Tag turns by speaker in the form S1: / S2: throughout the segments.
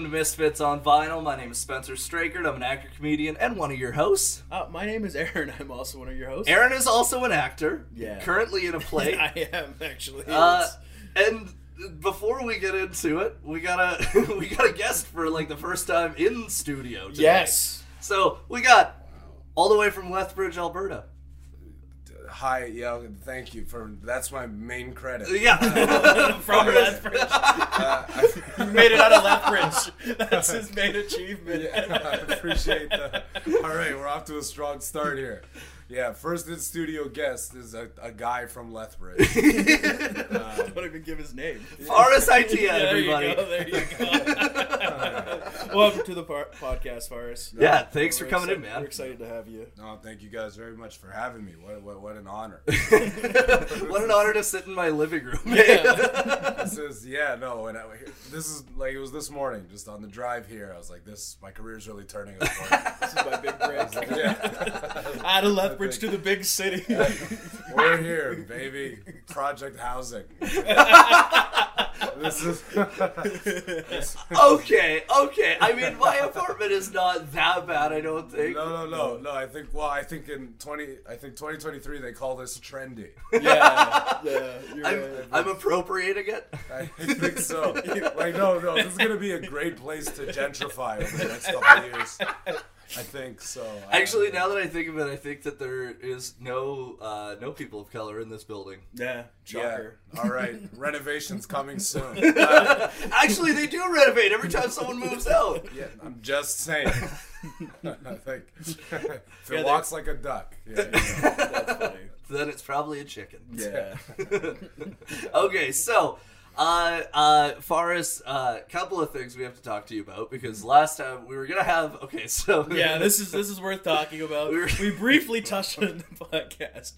S1: Misfits on Vinyl. My name is Spencer Strakert. I'm an actor, comedian, and one of your hosts.
S2: Uh, my name is Aaron. I'm also one of your hosts.
S1: Aaron is also an actor,
S2: Yeah.
S1: currently in a play.
S2: I am actually.
S1: uh,
S2: It's-
S1: and before we get into it, we got a we got a guest for like the first time in studio. Today.
S2: yes.
S1: So we got all the way from Lethbridge, Alberta.
S3: Hi, yeah, thank you for that's my main credit.
S1: Yeah,
S2: From Lethbridge.
S3: Uh,
S2: You
S3: I,
S2: made it out of Lethbridge. That's his main achievement.
S3: I appreciate that. All right, we're off to a strong start here. Yeah, first in studio guest is a, a guy from Lethbridge.
S2: Don't even give his name.
S1: RSIT,
S2: there you
S1: everybody.
S2: go. There you go. Welcome to the par- podcast, Faris.
S1: Yeah, thanks
S2: We're
S1: for coming
S2: excited-
S1: in, man.
S2: We're excited to have you.
S3: No, Oh, thank you guys very much for having me. What what, what an honor.
S1: what an honor to sit in my living room.
S3: This is yeah no, and I, this is like it was this morning, just on the drive here. I was like, this my career's really turning. a corner.
S2: This is my big break.
S3: yeah,
S2: out of Lethbridge to the big city.
S3: we're here, baby. Project housing. this is.
S1: okay, okay. I mean, my apartment is not that bad, I don't think.
S3: No, no, no, no. I think. Well, I think in twenty, I think twenty twenty three, they call this trendy.
S2: yeah, yeah. You're
S1: I'm,
S2: right.
S1: I'm appropriating it.
S3: I think so. Like, no, no. This is gonna be a great place to gentrify over the next couple of years. I think so. I-
S1: Actually, now that I think of it, I think that there is no uh, no people of color in this building.
S2: Yeah,
S3: yeah.
S2: shocker.
S3: All right, renovations coming soon. Uh,
S1: Actually, they do renovate every time someone moves out.
S3: yeah, I'm just saying. I think if
S2: Yeah,
S3: it walks like a duck. Yeah, you know.
S2: That's funny.
S1: Then it's probably a chicken.
S2: Yeah.
S1: okay, so uh uh Faris, a uh, couple of things we have to talk to you about because last time we were gonna have okay, so
S2: Yeah, this is this is worth talking about.
S1: We were-
S2: We briefly touched on it in the podcast.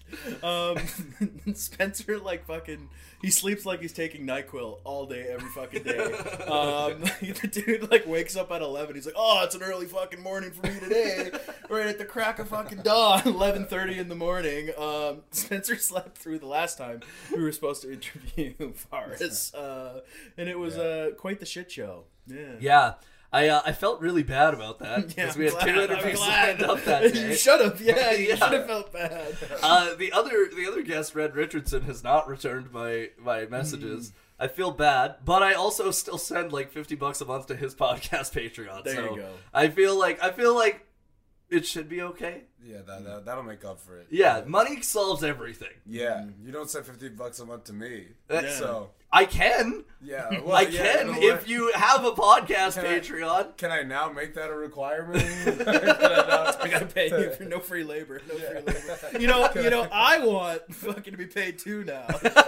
S2: Um, Spencer like fucking he sleeps like he's taking Nyquil all day every fucking day. Um, the dude like wakes up at eleven. He's like, oh, it's an early fucking morning for me today, right at the crack of fucking dawn, eleven thirty in the morning. Um, Spencer slept through the last time we were supposed to interview Faris, uh, and it was uh, quite the shit show. Yeah.
S1: Yeah. I, uh, I felt really bad about that
S2: Yeah,
S1: because we had
S2: I'm
S1: two
S2: glad, I'm
S1: interviews
S2: glad.
S1: lined up that day.
S2: you should have, yeah, you
S1: Yeah.
S2: should have felt bad.
S1: Uh, the other the other guest, Red Richardson, has not returned my my
S2: Mm.
S1: messages. I feel bad, but I also still send like fifty bucks a month to his podcast Patreon.
S2: There
S1: so
S2: you go.
S1: I feel like I feel like it should be okay.
S3: yeah that, that, that'll make up for it.
S1: Yeah, money solves everything.
S3: Yeah, you don't send fifty bucks a month to me.
S1: Yeah.
S3: So
S1: I can,
S3: yeah, well,
S1: I
S3: yeah,
S1: can
S3: you know
S1: if
S3: what?
S1: you have a podcast
S3: Can I-
S1: Patreon.
S3: Can I now make that a requirement? Can I
S2: I
S3: now-
S2: gotta pay you for no free labor. No free labor. You know, you know, I want fucking to be paid too now.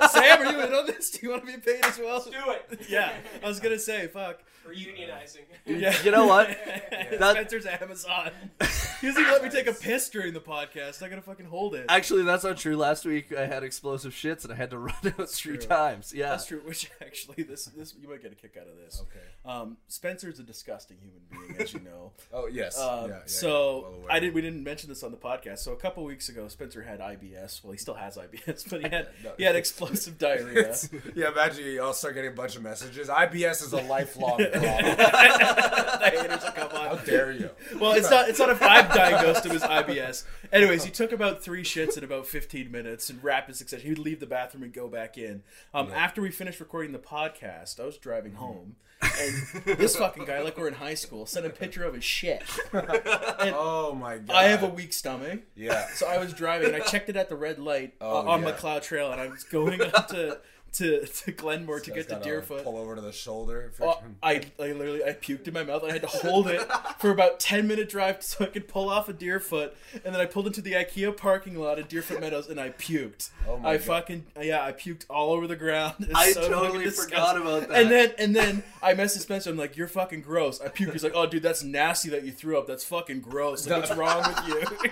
S2: Sam, are you in on this? Do you want to be paid as well?
S4: Do it.
S2: Yeah, I was gonna say, fuck.
S4: We're unionizing.
S2: Yeah.
S1: You know what? That-
S2: Spencer's Amazon. He doesn't even let me take a piss during the podcast. I gotta fucking hold it.
S1: Actually, that's not true. Last week I had explosive shits and I had to run out three
S2: true.
S1: times. Yeah,
S2: That's true. Which actually, this this you might get a kick out of this.
S3: Okay.
S2: Um, Spencer's a disgusting human being, as you know.
S3: Oh yes.
S2: Um,
S3: Yeah, yeah,
S2: so
S3: yeah, well aware.
S2: I did. We didn't mention this on the podcast. So a couple weeks ago, Spencer had IBS. Well, he still has IBS, but he had
S3: No.
S2: he had explosive diarrhea.
S3: It's- yeah, imagine you all start getting a bunch of messages. IBS is a lifelong problem.
S2: the haters will come on.
S3: How dare you?
S2: Well, it's not it's not if I've diagnosed him as IBS. Anyways,
S3: Oh.
S2: he took about three shits in about fifteen minutes in rapid succession. He'd leave the bathroom and go back in. Um, After we finished recording the podcast, I was driving
S3: Mm-hmm.
S2: home, and this fucking guy, like we're in high school, sent a picture of his shit.
S3: Oh my god.
S2: I have a weak stomach.
S3: yeah.
S2: So I was driving and I checked it at the red light
S3: Oh,
S2: uh, on
S3: yeah.
S2: McLeod Trail, and I was going up to to, to Glenmore to get to
S3: Gotta
S2: Deerfoot.
S3: Pull over to the shoulder. if
S2: Oh,
S3: you're-
S2: I, I literally I puked in my mouth. I had to hold it for about ten minute drive so I could pull off a Deerfoot, and then I pulled into the IKEA parking lot at Deerfoot Meadows, and I puked.
S3: Oh my
S2: I
S3: God.
S2: fucking yeah, I puked all over the ground. It's
S1: I
S2: so fucking
S1: totally
S2: disgusting.
S1: forgot about that.
S2: And then and then I messaged Spencer. I'm like, you're fucking gross. I puked. He's like, oh dude, that's nasty that you threw up. That's fucking gross. Like, what's wrong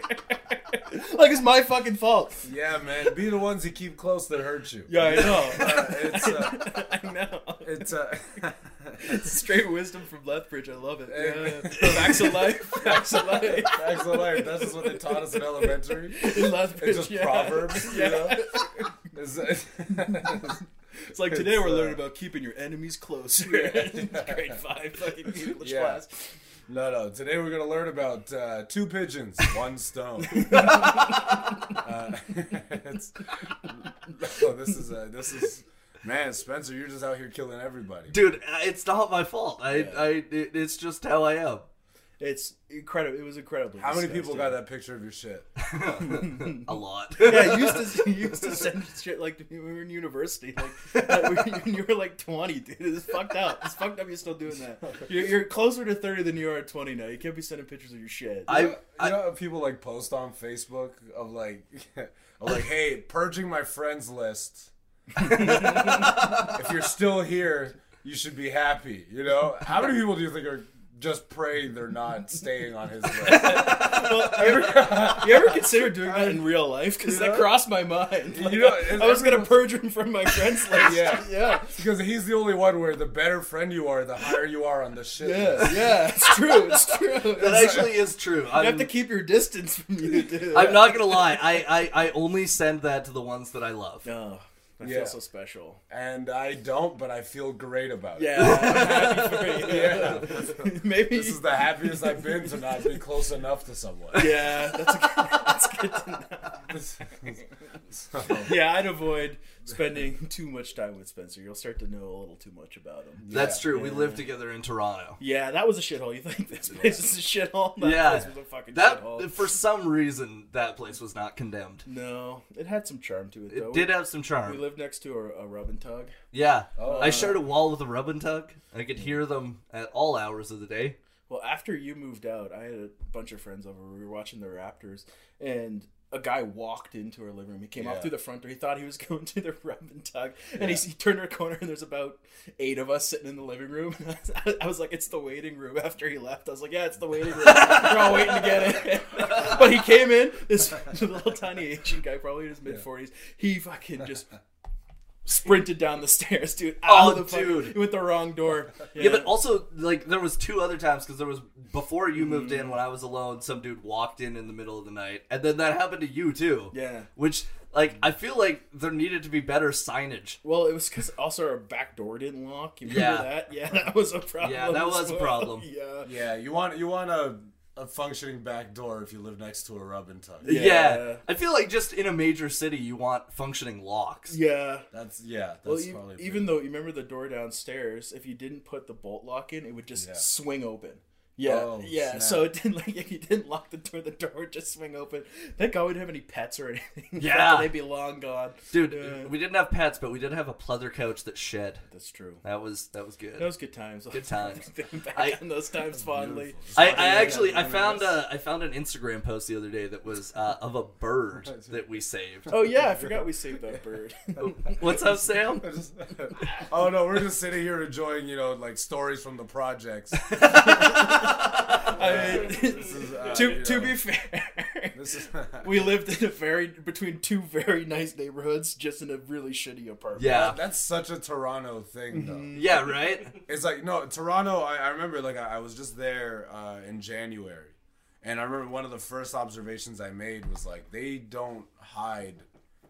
S2: with you? like it's my fucking fault.
S3: yeah, man. Be the ones you keep close that hurt you.
S2: Yeah, I
S3: Uh,
S2: know.
S3: it's uh,
S2: I know.
S3: it's uh,
S2: Straight wisdom from Lethbridge. I love it. Yeah. Facts of life. Facts of life.
S3: facts of life. That's just what they taught us in elementary.
S2: In Lethbridge.
S3: It's just
S2: yeah.
S3: proverbs, you
S2: Yeah.
S3: know. uh, It's,
S2: It's like today
S3: It's,
S2: we're
S3: uh,
S2: learning about keeping your enemies closer.
S3: Yeah.
S2: Grade five, fucking English
S3: Yeah.
S2: class.
S3: No, no. Today we're gonna learn about uh, two pigeons, one stone. uh, it's- oh, this is uh, this is man, Spencer. You're just out here killing everybody.
S1: Dude, uh, it's not my fault. I,
S2: Yeah.
S1: I, it, it's just how I am.
S2: It's incredible. It was incredibly.
S3: How many people
S2: disgusting.
S3: got that picture of your shit?
S1: A lot.
S2: Mm-hmm. Yeah, you used to you used to send shit like to me when we were in university, like that we- when you were like twenty, dude. It's fucked up. It's fucked up. You're still doing that. You're, you're closer to thirty than you are at twenty now. You can't be sending pictures of your shit.
S1: I-
S3: you know, you know how people like post on Facebook of like, of like, hey, purging my friends list. if you're still here, you should be happy. You know, how many people do you think are just praying they're not staying on his list?
S2: Well, you, ever, you ever consider doing that in real life? Because that
S3: know?
S2: crossed my mind. Like,
S3: You know,
S2: I was gonna purge him from my friends list.
S3: Yeah.
S2: yeah,
S3: because he's the only one where the better friend you are, the higher you are on the shit.
S2: yeah,
S3: list.
S2: yeah. It's true. It's true.
S1: That actually is true.
S2: you have
S1: I'm,
S2: to keep your distance from you, dude.
S1: I'm not gonna lie. I, I, I only send that to the ones that I love.
S2: No, I
S3: Yeah.
S2: feel so special.
S3: And I don't, but I feel great about it.
S2: Yeah, I'm happy for you. Maybe
S3: This is the happiest I've been to not be close enough to someone.
S2: Yeah, that's, a good, that's good to know.
S3: So-
S2: Yeah, I'd avoid spending too much time with Spencer. You'll start to know a little too much about him.
S1: That's
S3: Yeah.
S1: true. We live together in Toronto.
S2: Yeah, that was a shithole. You think this place is a shithole? That
S1: Yeah.
S2: place was a fucking
S1: That
S2: shithole.
S1: for some reason that place was not condemned.
S2: no, it had some charm to it,
S1: It
S2: though.
S1: did have some
S2: We, we
S1: charm.
S2: lived next to a, a rub and tug.
S1: Yeah,
S3: Oh.
S1: I shared a wall with a rub and tug. I could hear them at all hours of the day.
S2: Well, after you moved out, I had a bunch of friends over. We were watching the Raptors, and a guy walked into our living room. He came out
S3: Yeah.
S2: through the front door. He thought he was going to the rub and tug, and he, he turned our corner, and there's about eight of us sitting in the living room. And I, was, I was like, "It's the waiting room." After he left, I was like, "Yeah, it's the waiting room. We're all waiting to get in." but he came in. This little tiny Asian guy, probably in his mid forties. He fucking just. Sprinted down the stairs, dude. Out
S1: Oh,
S2: of the fucking-
S1: dude.
S2: he went the wrong door.
S1: Yeah, but also like there was two other times because there was before you moved in when I was alone. Some dude walked in in the middle of the night, and then that happened to you too.
S2: Yeah.
S1: which like I feel like there needed to be better signage.
S2: Well, it was because also our back door didn't lock. You
S1: Yeah.
S2: remember that? Yeah, that was a problem.
S1: Yeah, that
S2: as
S1: was a
S2: well.
S1: problem.
S2: Yeah.
S3: yeah, you want you want a, a functioning back door if you live next to a rub and tug.
S1: Yeah.
S2: Yeah.
S1: I feel like just in a major city you want functioning locks.
S2: Yeah.
S3: That's yeah. That's
S2: Well, e-
S3: probably
S2: even though you remember the door downstairs, if you didn't put the bolt lock in, it would just
S3: Yeah.
S2: swing open. Yeah,
S3: Oh,
S2: yeah.
S3: snap.
S2: So it didn't like if you didn't lock the door, the door would just swing open. Thank God we didn't have any pets or anything.
S1: Yeah.
S2: they'd be long gone.
S1: Dude,
S2: Yeah.
S1: we didn't have pets, but we did have a pleather couch that shed.
S2: That's true.
S1: That was that was good.
S2: Those good times. Good
S1: times.
S2: Back
S1: I-
S2: on those times fondly.
S3: beautiful.
S1: I, I actually I
S3: Yeah.
S1: found uh, I found an Instagram post the other day that was uh, of a bird that we saved.
S2: Oh yeah, I forgot we saved that bird.
S1: What's up, Sam?
S3: oh no, we're just sitting here enjoying you know like stories from the projects. Uh,
S2: I mean,
S3: This is, uh,
S2: to
S3: you
S2: to
S3: know,
S2: be fair,
S3: this is
S2: we lived in a very between two very nice neighborhoods, just in a really shitty apartment.
S1: Yeah,
S3: that's such a Toronto thing though.
S1: yeah, right.
S3: It's like no Toronto. I, I remember like I, I was just there uh, in January, and I remember one of the first observations I made was like they don't hide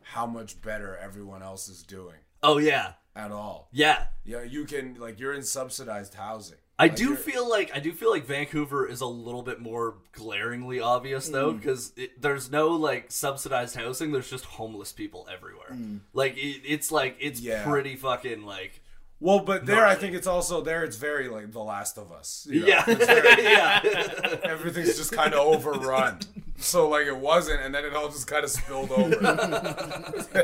S3: how much better everyone else is doing
S1: Oh yeah,
S3: at all.
S1: yeah.
S3: Yeah, you can like you're in subsidized housing.
S1: I
S3: Like,
S1: do
S3: you're-
S1: feel like I do feel like Vancouver is a little bit more glaringly obvious though, because there's no like subsidized housing. There's just homeless people everywhere. Like it, it's like it's
S3: Yeah.
S1: pretty fucking like
S3: Well, but there, I
S1: really.
S3: think it's also there. It's very like The Last of Us. you know?
S1: yeah
S3: It's very-
S1: yeah.
S3: everything's just kind of overrun. So like it wasn't, and then it all just kind of spilled over.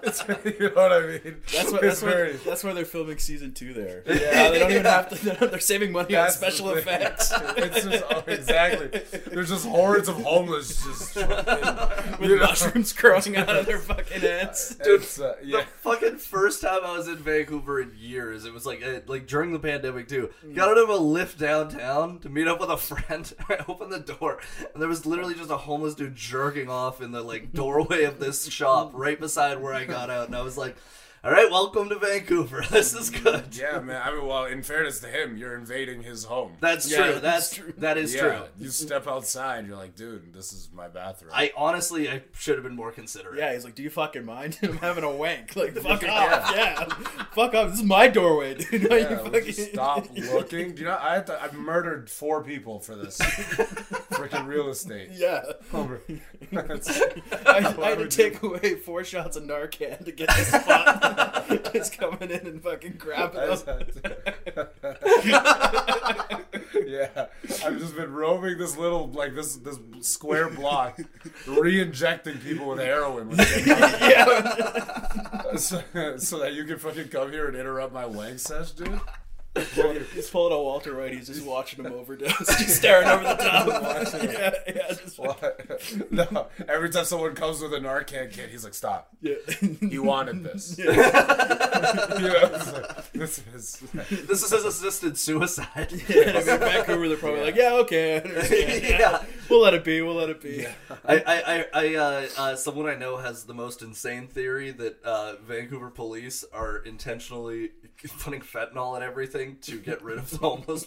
S3: It's- you know what I mean?
S2: That's why,
S3: It's
S2: that's, why,
S3: very-
S2: that's why they're filming season two there. Yeah, they don't even have to. They're saving money
S3: That's
S2: on special
S3: the thing.
S2: effects.
S3: It's just oh, exactly. There's just hordes of homeless just. fucking-
S2: With
S3: you know?
S2: mushrooms growing out of their fucking heads.
S3: It's, uh, yeah.
S1: The fucking first time I was in Vancouver in years, it was like uh, like during the pandemic too. Got out of a lift downtown to meet up with a friend. I opened the door and there was literally just a homeless dude jerking off in the like doorway of this shop right beside where I got out, and I was like. all right, welcome to Vancouver. This is good.
S3: Yeah, man. I mean, well, in fairness to him, you're invading his home.
S1: That's
S2: Yeah,
S1: true.
S2: that's
S1: That's
S2: true.
S1: that is
S3: yeah,
S1: true.
S3: You step outside, you're like, dude, this is my bathroom.
S1: I honestly, I should have been more considerate.
S2: Yeah, he's like, "Do you fucking mind? I'm having a wank. Like, fuck off. Yeah, fuck off. This is my doorway, dude. Why
S3: yeah,
S2: you
S3: would you
S2: fucking-
S3: stop looking. Do you know? I had to, I've murdered four people for this freaking real estate.
S2: Yeah,
S1: Oh,
S3: That's-
S2: I, I
S3: Why
S2: had to
S3: would you-
S2: take away four shots of Narcan to get this spot. Just coming in and fucking grabbing
S3: I just
S2: them.
S3: had to- yeah, I've just been roaming this little like this this square block, re-injecting people with heroin, when they get
S2: yeah,
S3: home. so, so that you can fucking come here and interrupt my wank sesh, dude. Fucking-
S2: he's pulling a Walter White. He's just watching him overdose, just staring over the top.
S3: Watching him.
S2: yeah, yeah, just
S3: What? No, every time someone comes with a Narcan kit, he's like, "Stop!
S2: yeah.
S3: You wanted this."
S2: Yeah.
S3: You know, it's like, this is
S1: This is his assisted suicide.
S2: And I mean, Vancouver, they're probably like, yeah, okay, I understand.
S1: Yeah.
S2: We'll let it be. We'll let it be.
S1: I, I, I, I uh, uh, someone I know has the most insane theory that uh, Vancouver police are intentionally putting fentanyl in everything to get rid of the homeless.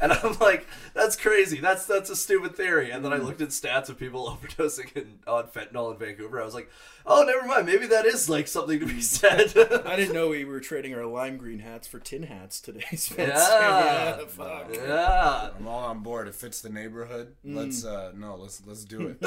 S1: And I'm like, that's crazy. That's that's a stupid theory. And then I
S3: Mm.
S1: looked at stats of people overdosing in, on fentanyl in Vancouver. I was like, oh, never mind. Maybe that is like something to be said.
S2: I didn't know we were trading our lime green hats for tin hats today. Spencer.
S1: Yeah.
S2: Yeah, fuck.
S1: yeah.
S3: I'm all on board. It fits the neighborhood. Let's uh no, let's let's do it.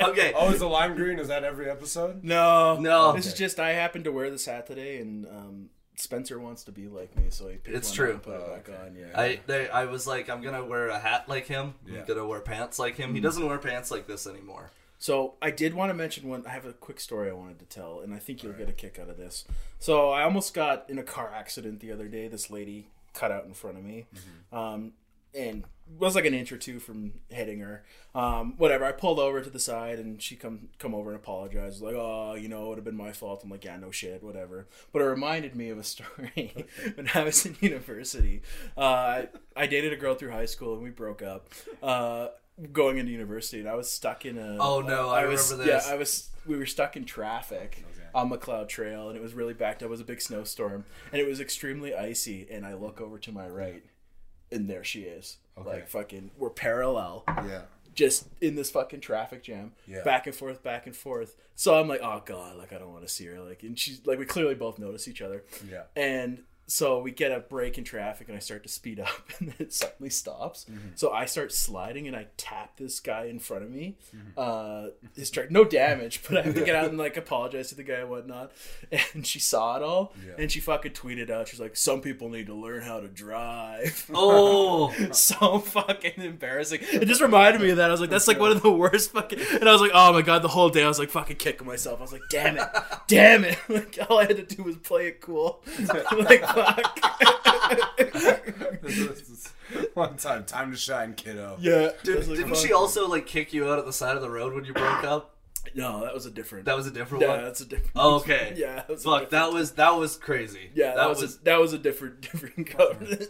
S1: Okay.
S3: oh, is the lime green? Is that every episode?
S2: No,
S1: No.
S2: This is just I happened to wear this hat today, and um, Spencer wants to be like me, so he picked
S1: It's
S2: one
S1: true.
S2: up and put
S3: Oh,
S2: it back
S3: okay.
S2: on. Yeah.
S1: I they, I was like, I'm gonna wear a hat like him.
S3: Yeah. Mm.
S1: I'm gonna wear pants like him. He doesn't wear pants like this anymore.
S2: So I did want to mention one. I have a quick story I wanted to tell, and I think you'll get a kick out of this. So I almost got in a car accident the other day. This lady cut out in front of me, um, and was like an inch or two from hitting her. Um, whatever. I pulled over to the side, and she come come over and apologized. Like, oh, you know, it would have been my fault. I'm like, yeah, no shit, whatever. But it reminded me of a story when I was in university. Uh, I dated a girl through high school, and we broke up. Uh, going into university and I was stuck in a
S1: Oh, no, I
S2: was,
S1: remember this.
S2: yeah I was we were stuck in traffic on McLeod Trail and it was really backed up it was a big snowstorm and it was extremely icy and I look over to my right and there she is like fucking we're parallel
S3: Yeah.
S2: just in this fucking traffic jam
S3: Yeah.
S2: back and forth back and forth so I'm like oh god like I don't want to see her like and she's like we clearly both notice each other
S3: Yeah.
S2: and so we get a break in traffic and I start to speed up and then it suddenly stops.
S3: Mm-hmm.
S2: So I start sliding and I tap this guy in front of me.
S3: Mm-hmm.
S2: Uh, his truck, no damage, but I have to get out and like apologize to the guy and whatnot. And she saw it all
S3: Yeah.
S2: and she fucking tweeted out. She's like, some people need to learn how to drive.
S1: Oh,
S2: so fucking embarrassing. It just reminded me of that. I was like, that's like one of the worst fucking. And I was like, oh my god, the whole day I was like fucking kicking myself. I was like, damn it, damn it. Like all I had to do was play it cool. like fuck.
S3: This is- One time, time to shine, kiddo.
S2: yeah. I
S1: Dude,
S2: was like,
S1: didn't
S2: fuck.
S1: she also like kick you out at the side of the road when you broke up?
S2: No, that was a different.
S1: That was a different
S2: yeah,
S1: one.
S2: that's a different.
S1: Okay.
S2: Yeah. That was a
S1: Fuck,
S2: different-
S1: that was that was crazy.
S2: Yeah, that, was, a, that was a different different covenant.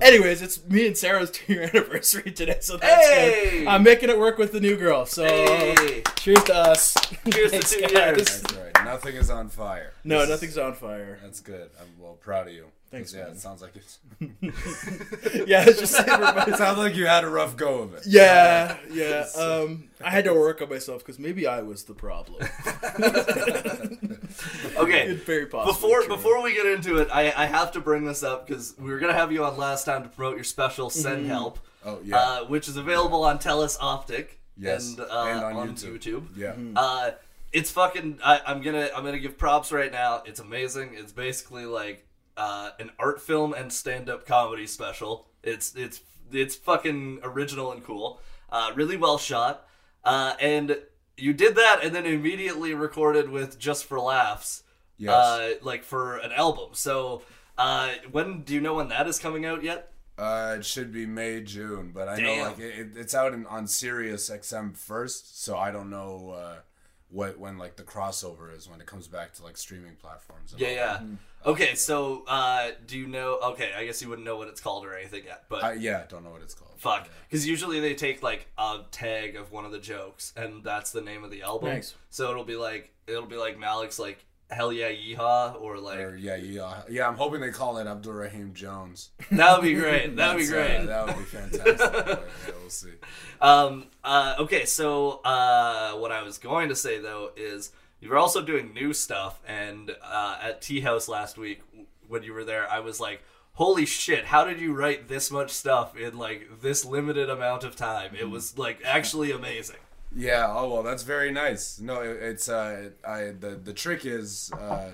S2: Anyways, it's me and Sarah's two year anniversary today, so that's
S1: Hey!
S2: good. I'm making it work with the new girl, so
S1: Hey.
S2: cheers to us.
S1: Cheers to
S2: Thanks,
S1: two
S2: guys.
S1: years.
S3: That's right. Nothing is on fire.
S2: No,
S3: This-
S2: nothing's on fire.
S3: That's good. I'm well proud of you.
S2: Thanks,
S3: Yeah,
S2: man.
S3: it sounds like it.
S2: Yeah, it's just
S3: it sounds like you had a rough go of it.
S2: yeah, yeah.
S1: uh,
S2: Um, I had to work on myself because maybe I was the problem.
S1: okay.
S2: It's very possible.
S1: Before before we get into it, I, I have to bring this up because we were gonna have you on last time to promote your special
S2: Mm-hmm.
S1: Send Help,
S3: Oh yeah.
S1: uh, which is available on Telus Optic
S3: yes.
S1: and, uh, on, YouTube.
S3: Yeah.
S2: hmm.
S1: Uh, it's fucking. I, I'm gonna. I'm gonna give props right now. It's amazing. It's basically like uh, an art film and stand-up comedy special. It's it's it's fucking original and cool. Uh, really well shot. Uh, and you did that, and then immediately recorded with just for laughs.
S3: Yes.
S1: Uh, like for an album. So, uh, when do you know when that is coming out yet?
S3: Uh, it should be May June, but I know
S1: Damn.
S3: like it, it- it's out in, on Sirius XM first, so I don't know uh, what when like the crossover is when it comes back to like streaming platforms. And
S1: Yeah,
S3: all
S1: yeah. Okay, so uh, do you know? Okay, I guess you wouldn't know what it's called or anything yet, but
S3: that. I, yeah, don't know what it's called.
S1: Fuck, because usually they take like a tag of one of the jokes, and that's the name of the album.
S2: Nice.
S1: So it'll be like it'll be like Malik's like Hell yeah, yeehaw, or like
S3: Or, yeah, yeah, yeah. I'm hoping they call it Abdul Rahim Jones.
S1: that would be great. That would be
S3: That's,
S1: great.
S3: uh, that would be fantastic. yeah, we'll see.
S1: Um, uh, okay, so uh, what I was going to say though is you were also doing new stuff, and uh, at Tea House last week w- when you were there, I was like, "Holy shit! How did you write this much stuff in like this limited amount of time?"
S3: Hmm.
S1: It was like actually amazing.
S3: Yeah. Oh well, that's very nice. No, it, it's uh, I the the trick is uh,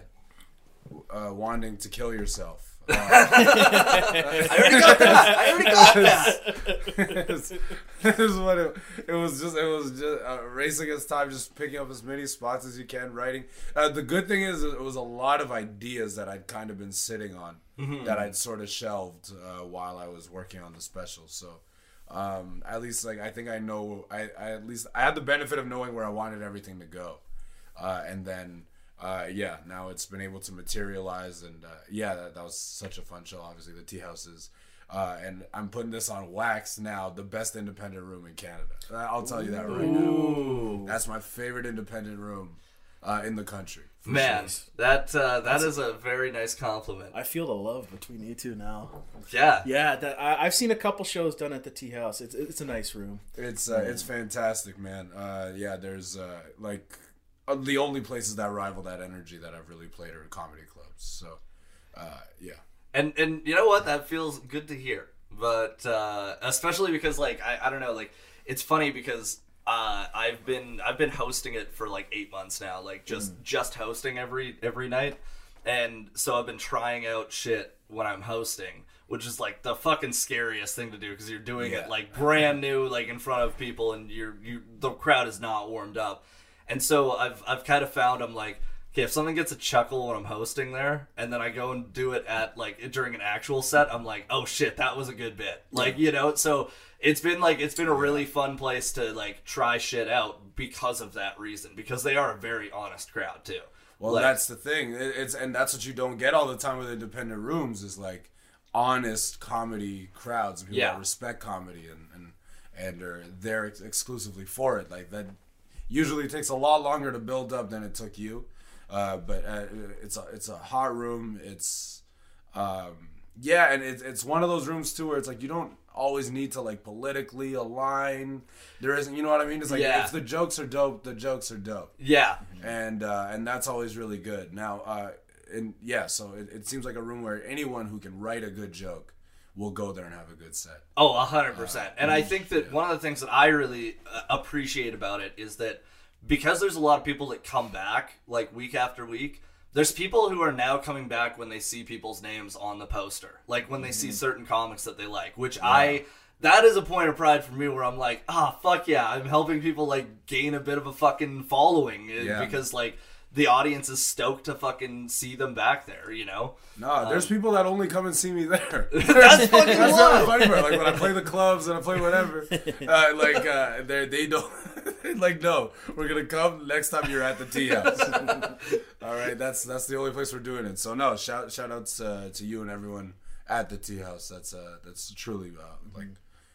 S3: w- uh, wanting to kill yourself. Uh,
S1: I already got that. I already got that.
S3: this is what it, it was just it was just uh, racing against time just picking up as many spots as you can writing uh, the good thing is it was a lot of ideas that i'd kind of been sitting on
S1: Mm-hmm.
S3: that i'd sort of shelved uh, while i was working on the special so um, at least like i think i know I, I at least i had the benefit of knowing where i wanted everything to go uh, and then uh, yeah, now it's been able to materialize, and uh, yeah, that, that was such a fun show. Obviously, the tea houses, uh, and I'm putting this on wax now. The best independent room in Canada. Uh, I'll tell you that right now. That's my favorite independent room uh, in the country. for
S1: Man,
S3: sure.
S1: that uh, that is a very nice compliment.
S2: I feel the love between you two now.
S1: Yeah,
S2: Yeah, that, I, I've seen a couple shows done at the tea house. It's it's a nice room.
S3: it's uh, it's fantastic, man. Uh, yeah, there's uh, like uh, the only places that rival that energy that I've really played are comedy clubs. So, uh, yeah.
S1: and and you know what that feels good to hear but uh especially because like i, I don't know like it's funny because uh i've been i've been hosting it for like eight months now like just just hosting every every night and so i've been trying out shit when i'm hosting which is like the fucking scariest thing to do because you're doing
S3: Yeah.
S1: it like brand new like in front of people and you're you the crowd is not warmed up and so I've I've kind of found I'm like, okay, if something gets a chuckle when I'm hosting there, and then I go and do it at like during an actual set, I'm like, oh shit, that was a good bit. Like you know, so it's been like it's been a really fun place to like try shit out because of that reason because they are a very honest crowd too.
S3: Well,
S1: Like-
S3: that's the thing. It- It's and that's what you don't get all the time with independent rooms is like honest comedy crowds, people
S1: Yeah.
S3: that respect comedy and and and are there ex- exclusively for it. Like that usually takes a lot longer to build up than it took you. Uh, but uh, it's a it's a hot room. It's um, yeah, and it's it's one of those rooms too where it's like you don't always need to like politically align. There isn't, you know what I mean? It's like
S1: Yeah.
S3: if the jokes are dope, the jokes are dope
S1: yeah,
S3: and uh, and that's always really good. Now, uh, and yeah, so it, it seems like a room where anyone who can write a good joke will go there and have a good set.
S1: Oh, a hundred percent. And I think that one of the things that I really uh, appreciate about it is that because there's a lot of people that come back like week after week. There's people who are now coming back when they see people's names on the poster, like when they see certain comics that they like, which I that is a point of pride for me where I'm like, ah, fuck yeah, I'm helping people like gain a bit of a fucking following uh,
S3: Yeah.
S1: because like the audience is stoked to fucking see them back there, you know?
S3: No, there's people that only come and see me there.
S1: That's fucking
S3: That's
S1: wild.
S3: not funny part. Like when I play the clubs and I play whatever, uh, like uh, they they don't. Like no, we're gonna come next time you're at the tea house. All right, that's that's the only place we're doing it. So no, shout shout outs uh, to you and everyone at the tea house. That's uh, that's truly uh, like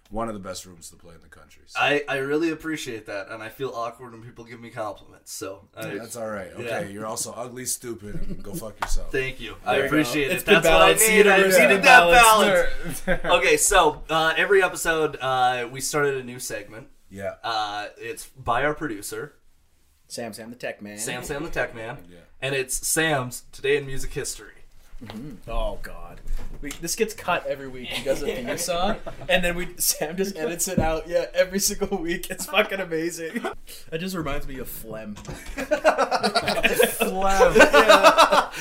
S3: one of the best rooms to play in the country. So
S1: I, I really appreciate that, and I feel awkward when people give me compliments. So I,
S3: that's all right. Okay,
S1: Yeah.
S3: you're also ugly, stupid, and go fuck yourself.
S1: thank you. I
S2: you go.
S1: appreciate
S2: It's
S1: it.
S2: been
S1: That's what I
S2: balanced.
S1: need. I
S2: Universe has
S1: needed
S2: been
S1: that balance.
S2: balanced.
S1: Okay, so uh, every episode uh, we started a new segment.
S3: yeah,
S1: Uh, it's by our producer,
S2: Sam Sam the Tech Man.
S1: Sam Sam the Tech Man,
S3: Yeah.
S1: and it's Sam's Today in Music History.
S2: Oh God, we, this gets cut every week. He does a theme song, and then we Sam just edits it out. Yeah, every single week. It's fucking amazing. That just reminds me of phlegm.
S3: yeah.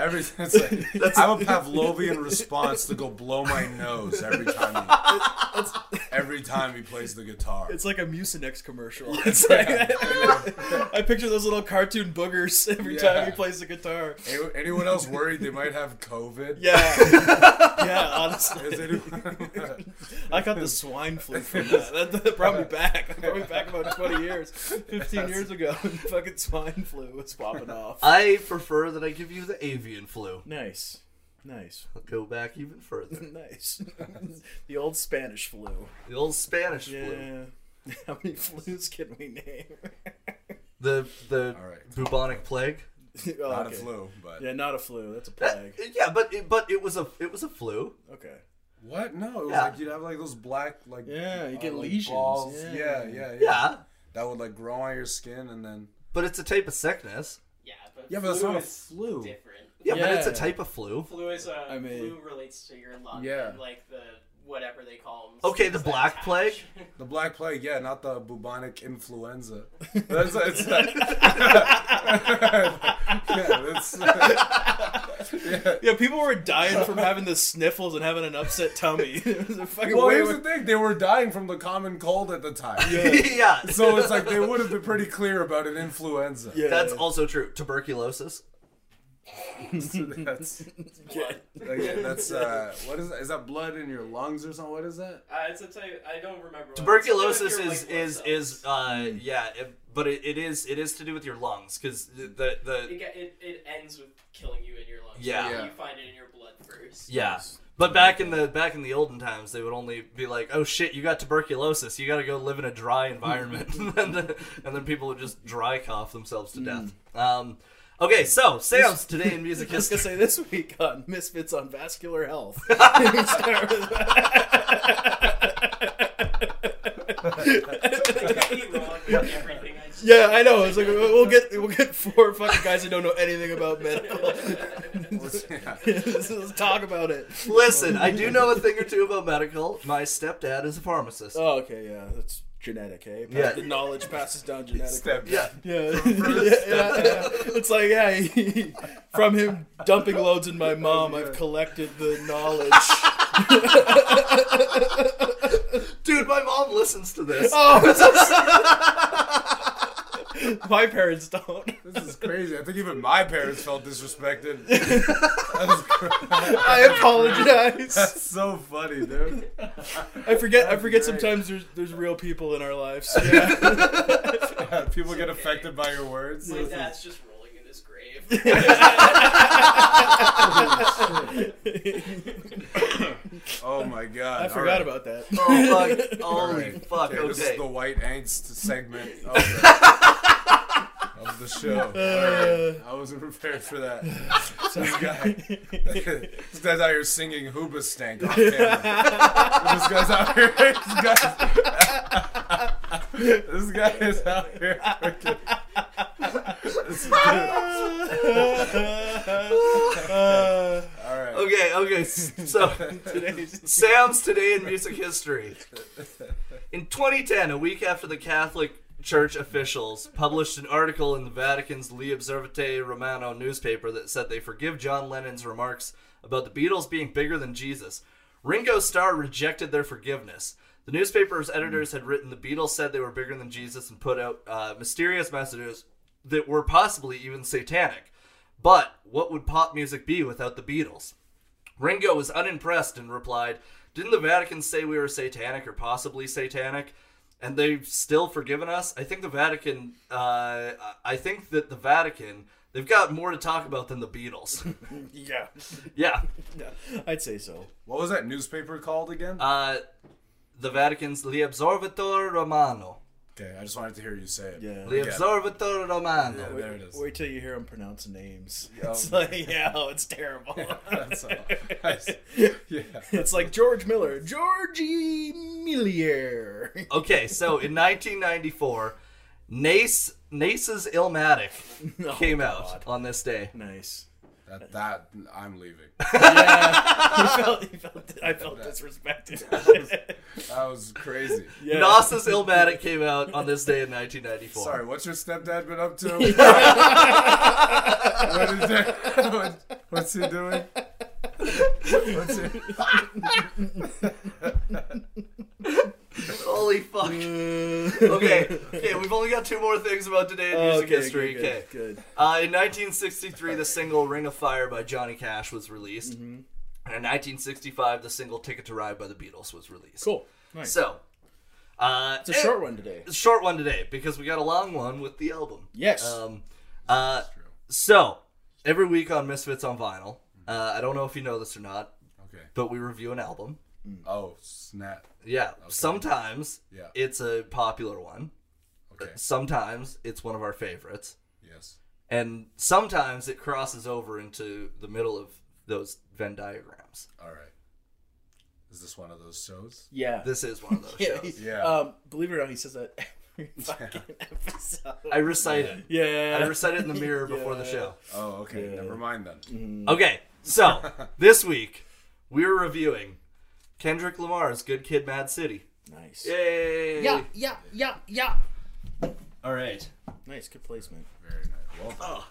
S3: Everything. It's like, I have a Pavlovian response to go blow my nose every time. He,
S2: It's,
S3: every time he plays the guitar.
S2: it's like a Mucinex commercial. It's like I picture those little cartoon boogers every time he
S3: Yeah.
S2: plays the guitar.
S3: Any- anyone else worried they might have COVID?
S2: Yeah, yeah.
S3: Is
S2: Honestly,
S3: anyone-
S2: I got the swine flu from that. That, that brought me back. That brought me back about twenty years, fifteen years ago. When the fucking swine flu was popping off.
S3: Uh,
S1: I prefer that I give you the avian flu.
S2: Nice. Nice.
S1: I'll go back even further.
S2: Nice. the old Spanish flu.
S1: The old Spanish flu.
S2: Yeah. How many flus can we name?
S1: The the
S3: All right.
S1: bubonic plague.
S2: Oh,
S3: Not
S2: okay.
S3: a flu, but
S2: Yeah, not a flu. That's a plague.
S1: That- yeah, but it, but it was a it was a flu.
S2: Okay.
S3: what? No, it was
S1: Yeah.
S3: like you'd have like those black like
S2: Yeah, you
S3: uh,
S2: get
S3: like,
S2: lesions.
S3: balls.
S2: Yeah.
S3: Yeah. yeah, yeah,
S1: Yeah,
S3: That would like grow on your skin and then
S1: but it's a type of sickness.
S4: Yeah, but
S3: yeah, but that's
S4: flu
S3: not a
S4: is
S3: flu.
S4: different.
S1: Yeah, but it's a
S2: Yeah.
S1: type of flu.
S4: Flu is uh,
S2: I mean-
S4: flu relates to your lung.
S3: Yeah.
S4: and, like the whatever they call 'em,
S1: Okay, the
S4: things that
S1: black
S4: attach.
S1: plague?
S3: The black plague, yeah, not the bubonic influenza. That's it's yeah, that's yeah.
S2: Yeah, people were dying from having the sniffles and having an upset tummy. It was a fucking
S3: Well,
S2: way-
S3: here's the thing: they were dying from the common cold at the time,
S2: Yeah.
S1: yeah.
S3: so it's like they would have been pretty clear about an influenza.
S2: Yeah.
S1: That's also true. Tuberculosis.
S3: that's
S2: Yeah.
S3: like, that's uh, what is that? Is that blood in your lungs or something? What is that?
S4: Uh, it's a type. I don't remember. what-
S1: Tuberculosis
S4: it's to do with
S1: is
S4: your white
S1: is
S4: blood
S1: is
S4: cells.
S1: uh yeah, it, but it, it is it is to do with your lungs because the
S4: It,
S1: the
S4: get- it, it ends with killing you in your lungs.
S1: Yeah.
S4: You-
S3: Yeah.
S4: You find it in your blood first.
S1: yeah. But back in the back in the olden times, they would only be like, "Oh shit, you got tuberculosis. You got to go live in a dry environment," and, then, and then people would just dry cough themselves to death. Um, okay, so Sam's today in music
S2: I was
S1: history.
S2: gonna say this week on Misfits on Vascular Health. We start with-
S4: Completely wrong with everything I just-
S2: yeah, I know. It's like we'll we'll get we'll get four fucking guys that don't know anything about medical. Let's let's talk about it.
S1: Listen, I do know a thing or two about medical. My stepdad is a pharmacist.
S2: Oh, okay, yeah, that's genetic, eh? Pass-
S1: Yeah.
S2: the knowledge passes down genetically.
S3: Step
S1: yeah,
S2: Yeah. yeah, yeah, yeah. It's like, yeah, he- from him dumping loads in my mom, I've collected the knowledge.
S1: dude, my mom listens to this.
S2: Oh, it's just- my parents don't.
S3: This is crazy. I think even my parents felt disrespected. That is cra-
S2: I apologize.
S3: That's so funny, dude.
S2: I forget. I forget.
S3: That's great.
S2: Sometimes there's there's real people in our lives. Yeah.
S3: People get affected by your words.
S4: My
S3: This is-
S4: dad's just rolling in his grave.
S3: Oh my god.
S2: I
S3: All
S2: forgot
S3: right.
S2: about that.
S1: Oh fuck!
S3: All
S1: Holy
S3: right.
S1: fuck!
S3: Okay, This is
S1: Okay.
S3: the white angst segment of the, of the show. All right. I wasn't prepared for that. This guy, this guy's out here singing Hooba Stank off camera. this guy's out here. This, guy's- this guy is out here. freaking- this dude-
S2: Uh,
S3: All right.
S1: Okay, okay. s- So,
S2: today's-
S1: Sam's Today in Music History. In 2010, a week after the Catholic Church officials published an article in the Vatican's Li Observate Romano newspaper that said they forgive John Lennon's remarks about the Beatles being bigger than Jesus, Ringo Starr rejected their forgiveness. The newspaper's editors had written the Beatles said they were bigger than Jesus and put out uh, mysterious messages that were possibly even satanic. But what would pop music be without the Beatles? Ringo was unimpressed and replied, Didn't the Vatican say we were satanic or possibly satanic? And they've still forgiven us? I think the Vatican, uh, I think that the Vatican, they've got more to talk about than the Beatles.
S2: yeah.
S1: yeah.
S2: yeah, I'd say so.
S3: What was that newspaper called again?
S1: Uh, the Vatican's L'Observatore Romano.
S3: okay, I just wanted to hear you say it.
S2: Yeah.
S1: L'Observatore
S3: Yeah,
S1: Romano.
S3: there it is.
S2: Wait till you hear him pronounce names.
S3: Yeah.
S2: It's like, yeah, oh, it's terrible.
S3: That's all. Nice. Yeah.
S2: it's like George Miller, Georgie Millier.
S1: Okay, so in 1994, Nace, Nace's Illmatic
S2: Oh,
S1: came
S2: God.
S1: out on this day.
S2: Nice.
S3: That, that I'm leaving.
S2: Yeah, he felt, he felt, I felt disrespected.
S3: That was crazy.
S2: yeah.
S1: Nace's Illmatic came out on this day in 1994.
S3: Sorry, what's your stepdad been up to? What is that? What- what's he doing? What's he?
S1: Holy fuck. Okay, okay, we've only got two more things about today in music
S2: okay,
S1: history.
S2: Good, good,
S1: okay.
S2: good.
S1: Uh, in 1963, the single Ring of Fire by Johnny Cash was released.
S2: Mm-hmm.
S1: And in 1965, the single Ticket to Ride by the Beatles was released.
S2: Cool. Nice.
S1: So, uh,
S2: it's a short one today.
S1: It's a short one today because we got a long one with the album.
S2: Yes.
S1: Um, uh, so, every week on Misfits on Vinyl, uh, I don't know if you know this or not,
S3: Okay.
S1: but we review an album.
S3: Oh snap.
S1: Yeah. Sometimes
S3: Yeah.
S1: it's a popular one.
S3: Okay.
S1: Sometimes it's one of our favorites,
S3: Yes.
S1: and sometimes it crosses over into the middle of those Venn diagrams.
S3: All right. Is this one of those shows?
S2: Yeah.
S1: This is one of those
S2: yeah,
S1: shows.
S2: he-
S3: Yeah.
S2: Um, believe it or not, he says that every fucking episode.
S1: I recite it.
S2: yeah.
S1: I recite it in the mirror before the
S2: Yeah.
S1: show.
S3: Oh, okay. Never mind then.
S2: Mm-hmm.
S1: Okay, so this week we're reviewing Kendrick Lamar's "Good Kid, Mad City."
S2: nice.
S1: Yay!
S2: Yeah, yeah, yeah, yeah.
S1: All right.
S2: Nice, good placement.
S3: Very nice. Well,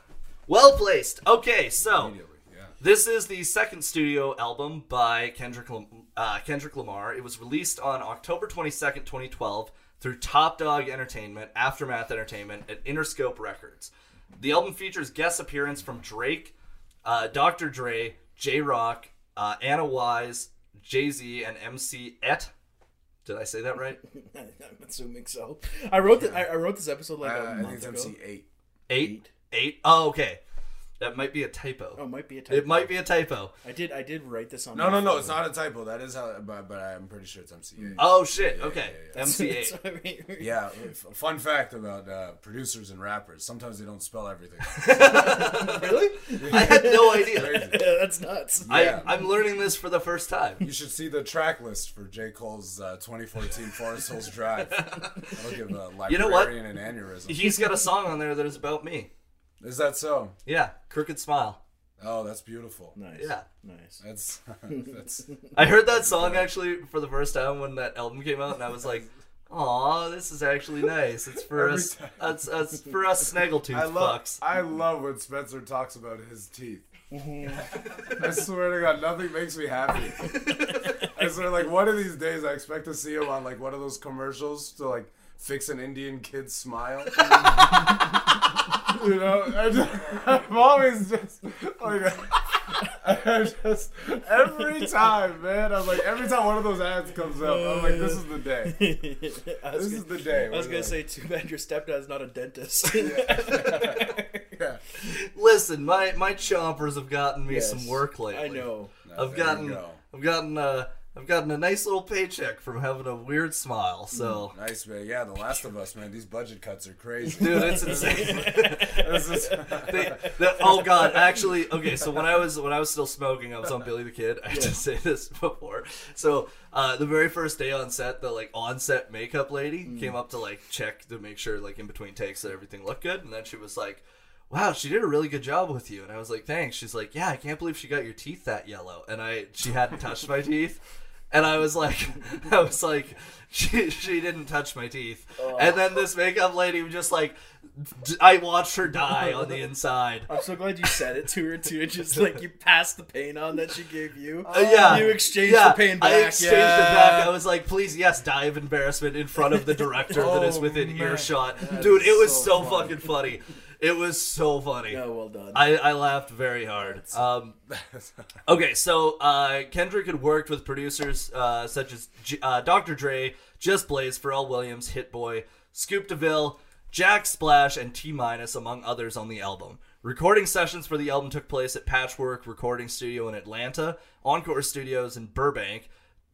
S1: Well placed. Okay, so
S3: immediately. Yeah.
S1: this is the second studio album by Kendrick Lam- uh, Kendrick Lamar. It was released on October twenty second, twenty twelve, through Top Dog Entertainment, Aftermath Entertainment, and Interscope Records. The album features guest appearance from Drake, uh, Dr. Dre, J Rock, uh, Anna Wise, Jay Z, and MC Et. Did I say that right?
S2: I'm assuming so. I wrote this, I, I wrote this episode like
S3: Uh,
S2: a
S3: I think
S2: month
S3: it's
S2: ago.
S3: MC eight.
S1: Eight. Eight. Oh, okay. That might be a typo.
S2: Oh, it might be a typo.
S1: It might be a typo.
S2: I did. I did write this on.
S3: No,
S2: my
S3: no, no.
S2: phone.
S3: It's not a typo. That is how. But, but I'm pretty sure it's MC
S2: Mm.
S3: eight.
S1: Oh shit. Okay.
S3: yeah,
S1: MC8.
S2: That's what I mean.
S3: Yeah. f- Fun fact about uh, producers and rappers: sometimes they don't spell everything.
S1: really? I had no idea.
S3: Crazy.
S2: That's nuts.
S3: Yeah.
S1: I, I'm learning this for the first time.
S3: You should see the track list for J. Cole's uh, 2014 Forest Hills Drive. I'll give a librarian
S1: know what?
S3: an aneurysm.
S1: He's got a song on there that is about me.
S3: Is that so?
S1: Yeah, Crooked Smile.
S3: Oh, that's beautiful.
S2: Nice.
S1: Yeah.
S2: Nice.
S3: That's that's
S1: I heard that song actually for the first time when that album came out, and I was like, "Aw, this is actually nice. It's for
S3: Every
S1: us.
S3: time.
S1: It's, it's for us snaggletooth
S3: I love
S1: fucks."
S3: I love when Spencer talks about his teeth. I swear to God, nothing makes me happy. I swear, like one of these days, I expect to see him on like one of those commercials to like fix an Indian kid's smile. you know, I just, I'm always just like. I just every time, man. I'm like every time one of those ads comes up, I'm like, this is the day.
S2: I was
S3: This is
S2: gonna-
S3: the day.
S2: I was
S3: We're
S2: gonna
S3: like-
S2: say, too bad your stepdad's not a dentist.
S3: yeah.
S1: Listen, my my chompers have gotten me
S2: Yes.
S1: some work lately.
S2: I know.
S1: I've
S3: There you
S1: gotten
S3: go.
S1: I've gotten uh I've gotten a nice little paycheck from having a weird smile. So,
S3: Nice man, yeah. The Last of Us, man. These budget cuts are crazy.
S1: dude, it's insane.
S3: This is-
S1: they, that, oh god actually okay so when i was when i was still smoking i was on billy the kid i had to say this before so uh, the very first day on set the like on set makeup lady came up to like check to make sure like in between takes that everything looked good and then she was like wow she did a really good job with you and i was like thanks she's like yeah i can't believe she got your teeth that yellow and i she hadn't touched my teeth and I was like, I was like, she, she didn't touch my teeth. And then this makeup lady was just like, d- I watched her die on the inside. Uh,
S2: I'm so glad you said it to her too. Just like you passed the pain on that she gave you.
S1: Uh, yeah,
S2: Oh, You exchanged
S1: yeah,
S2: the pain back.
S1: I exchanged
S2: yeah.
S1: it back. I was like, "Please, yes, die of embarrassment in front of the director that is
S3: Oh,
S1: within
S3: man.
S1: earshot."
S3: That
S1: Dude,
S3: is
S1: it was so,
S3: so funny.
S1: fucking funny. It was so funny.
S2: No, well done.
S1: I, I laughed very hard. Um, okay, so uh, Kendrick had worked with producers uh, such as J- uh, Dr. Dre, Just Blaze, Pharrell Williams, Hit Boy, Scoop DeVille, Jack Splash, and T Minus, among others, on the album. Recording sessions for the album took place at Patchwork Recording Studio in Atlanta, Encore Studios in Burbank,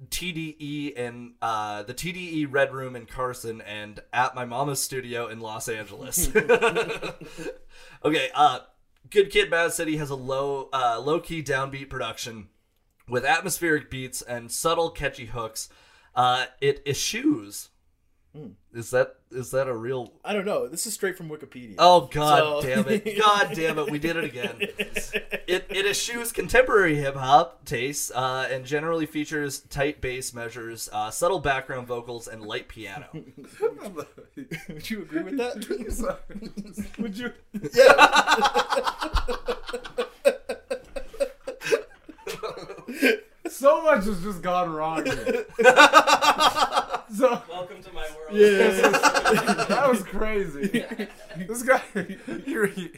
S1: TDE and uh, the TDE Red Room in Carson, and at my mama's studio in Los Angeles. okay, uh, Good Kid, Mad City has a low, uh, low key downbeat production with atmospheric beats and subtle, catchy hooks. Uh, it eschews. Is that is that a real?
S2: I don't know. This is straight from Wikipedia.
S1: Oh god
S2: So-
S1: damn it! God damn it! We did it again. It it eschews contemporary hip hop tastes uh, and generally features tight bass measures, uh, subtle background vocals, and light piano.
S2: Would you agree with that?
S3: Would you?
S2: yeah.
S3: So much has just gone wrong. Here. So
S4: Welcome to my world.
S3: that was crazy. This guy, he,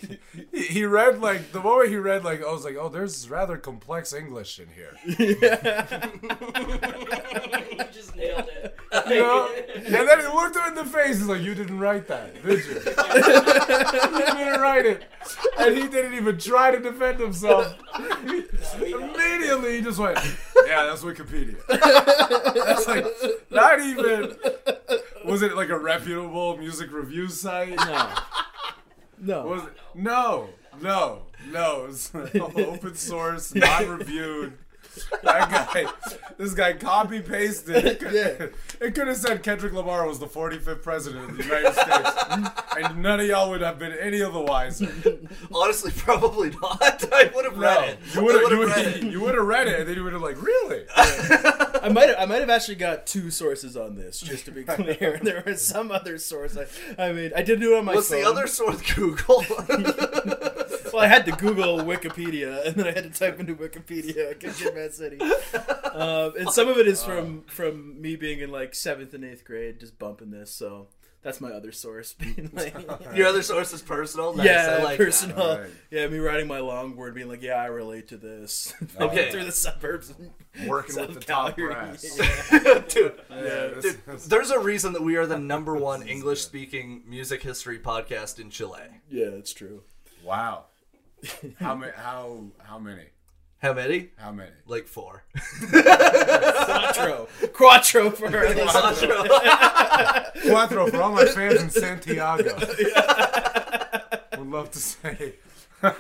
S3: he, he read like the moment he read like I was like, oh, there's rather complex English in here.
S4: you just nailed it.
S3: You know? And then he looked him in the face. He's like, "You didn't write that, did you? you didn't write it." And he didn't even try to defend himself. Immediately, he just went, "Yeah, that's Wikipedia." That's like not even. Was it like a reputable music review site?
S2: No. No.
S3: Was it? No, no, no. It's open source, not reviewed. That guy, this guy copy pasted. It could, it could have said Kendrick Lamar was the 45th president of the United States, and none of y'all would have been any of the wiser.
S1: Honestly, probably not. I would have read
S3: No,
S1: it.
S3: you
S1: I
S3: would
S1: would've
S3: have you would have read it, and then you would have like, really?
S2: I might have, I might have actually got two sources on this, just to be clear. there was some other source. I, I mean, I did do it on my
S1: What's
S2: phone.
S1: the other source? Google.
S2: Well, I had to Google Wikipedia, and then I had to type into Wikipedia Kitchen Mad City. Um, and some of it is from from me being in like seventh and eighth grade, just bumping this. So that's my other source. Being like,
S1: Your other source is personal. Nice.
S2: yeah,
S1: I like
S2: personal.
S3: All right.
S2: Yeah, me writing my long word, being like, yeah, I relate to this.
S1: Okay.
S2: through the suburbs. and
S3: Working
S2: South
S3: with the top
S2: Calgary.
S3: brass.
S2: Yeah.
S1: That. Dude,
S3: Yeah, this-
S1: dude,
S3: this-
S1: there's a reason that we are the number one English-speaking music history podcast in Chile.
S2: yeah, it's true.
S3: wow. How many? How how many?
S1: How many?
S3: How many?
S1: Like four.
S2: Quattro. Quattro for our listeners.
S3: Cuatro for all my fans in Santiago. Would love to say we're,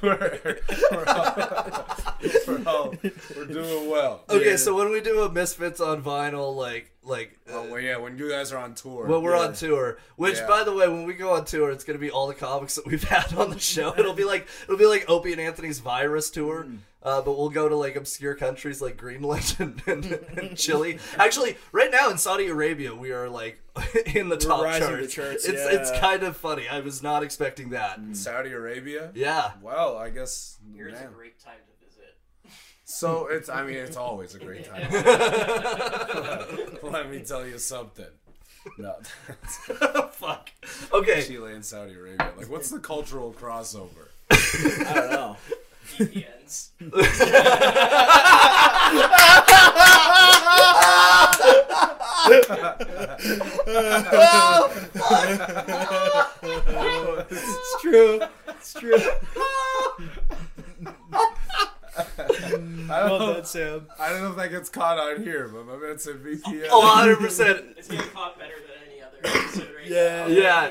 S3: we're, all, we're, all, we're doing well.
S1: Okay,
S2: Yeah.
S1: so when we do a Misfits on vinyl, like like
S3: Oh, well, yeah, when you guys are on tour.
S1: Well, we're on tour. Which,
S3: Yeah.
S1: by the way, when we go on tour, it's gonna be all the comics that we've had on the show. It'll be like it'll be like Opie and Anthony's Virus tour,
S2: Mm.
S1: uh, but we'll go to like obscure countries like Greenland and, and, and Chile. Actually, right now in Saudi Arabia, we are like in the top
S2: rising the
S1: charts.
S2: charts,
S1: it's
S2: yeah. Mm.
S1: it's kind of funny. I was not expecting that.
S3: Saudi Arabia.
S1: Yeah.
S3: Well, I guess.
S4: Here's a
S3: man.
S4: great time to visit.
S3: So it's. I mean, it's always a great time. Let me tell you something. No,
S1: Fuck. Okay.
S3: Chile and Saudi Arabia. Like, what's the cultural crossover?
S2: I don't know.
S4: VPNs.
S2: It's true. It's true.
S3: I don't,
S2: Well
S3: know,
S2: done, Sam.
S3: I don't know if that gets caught out here, but my man said VPN.
S1: Oh, 100 percent.
S4: It's getting caught better than any other episode right now.
S2: Yeah.
S1: Yeah.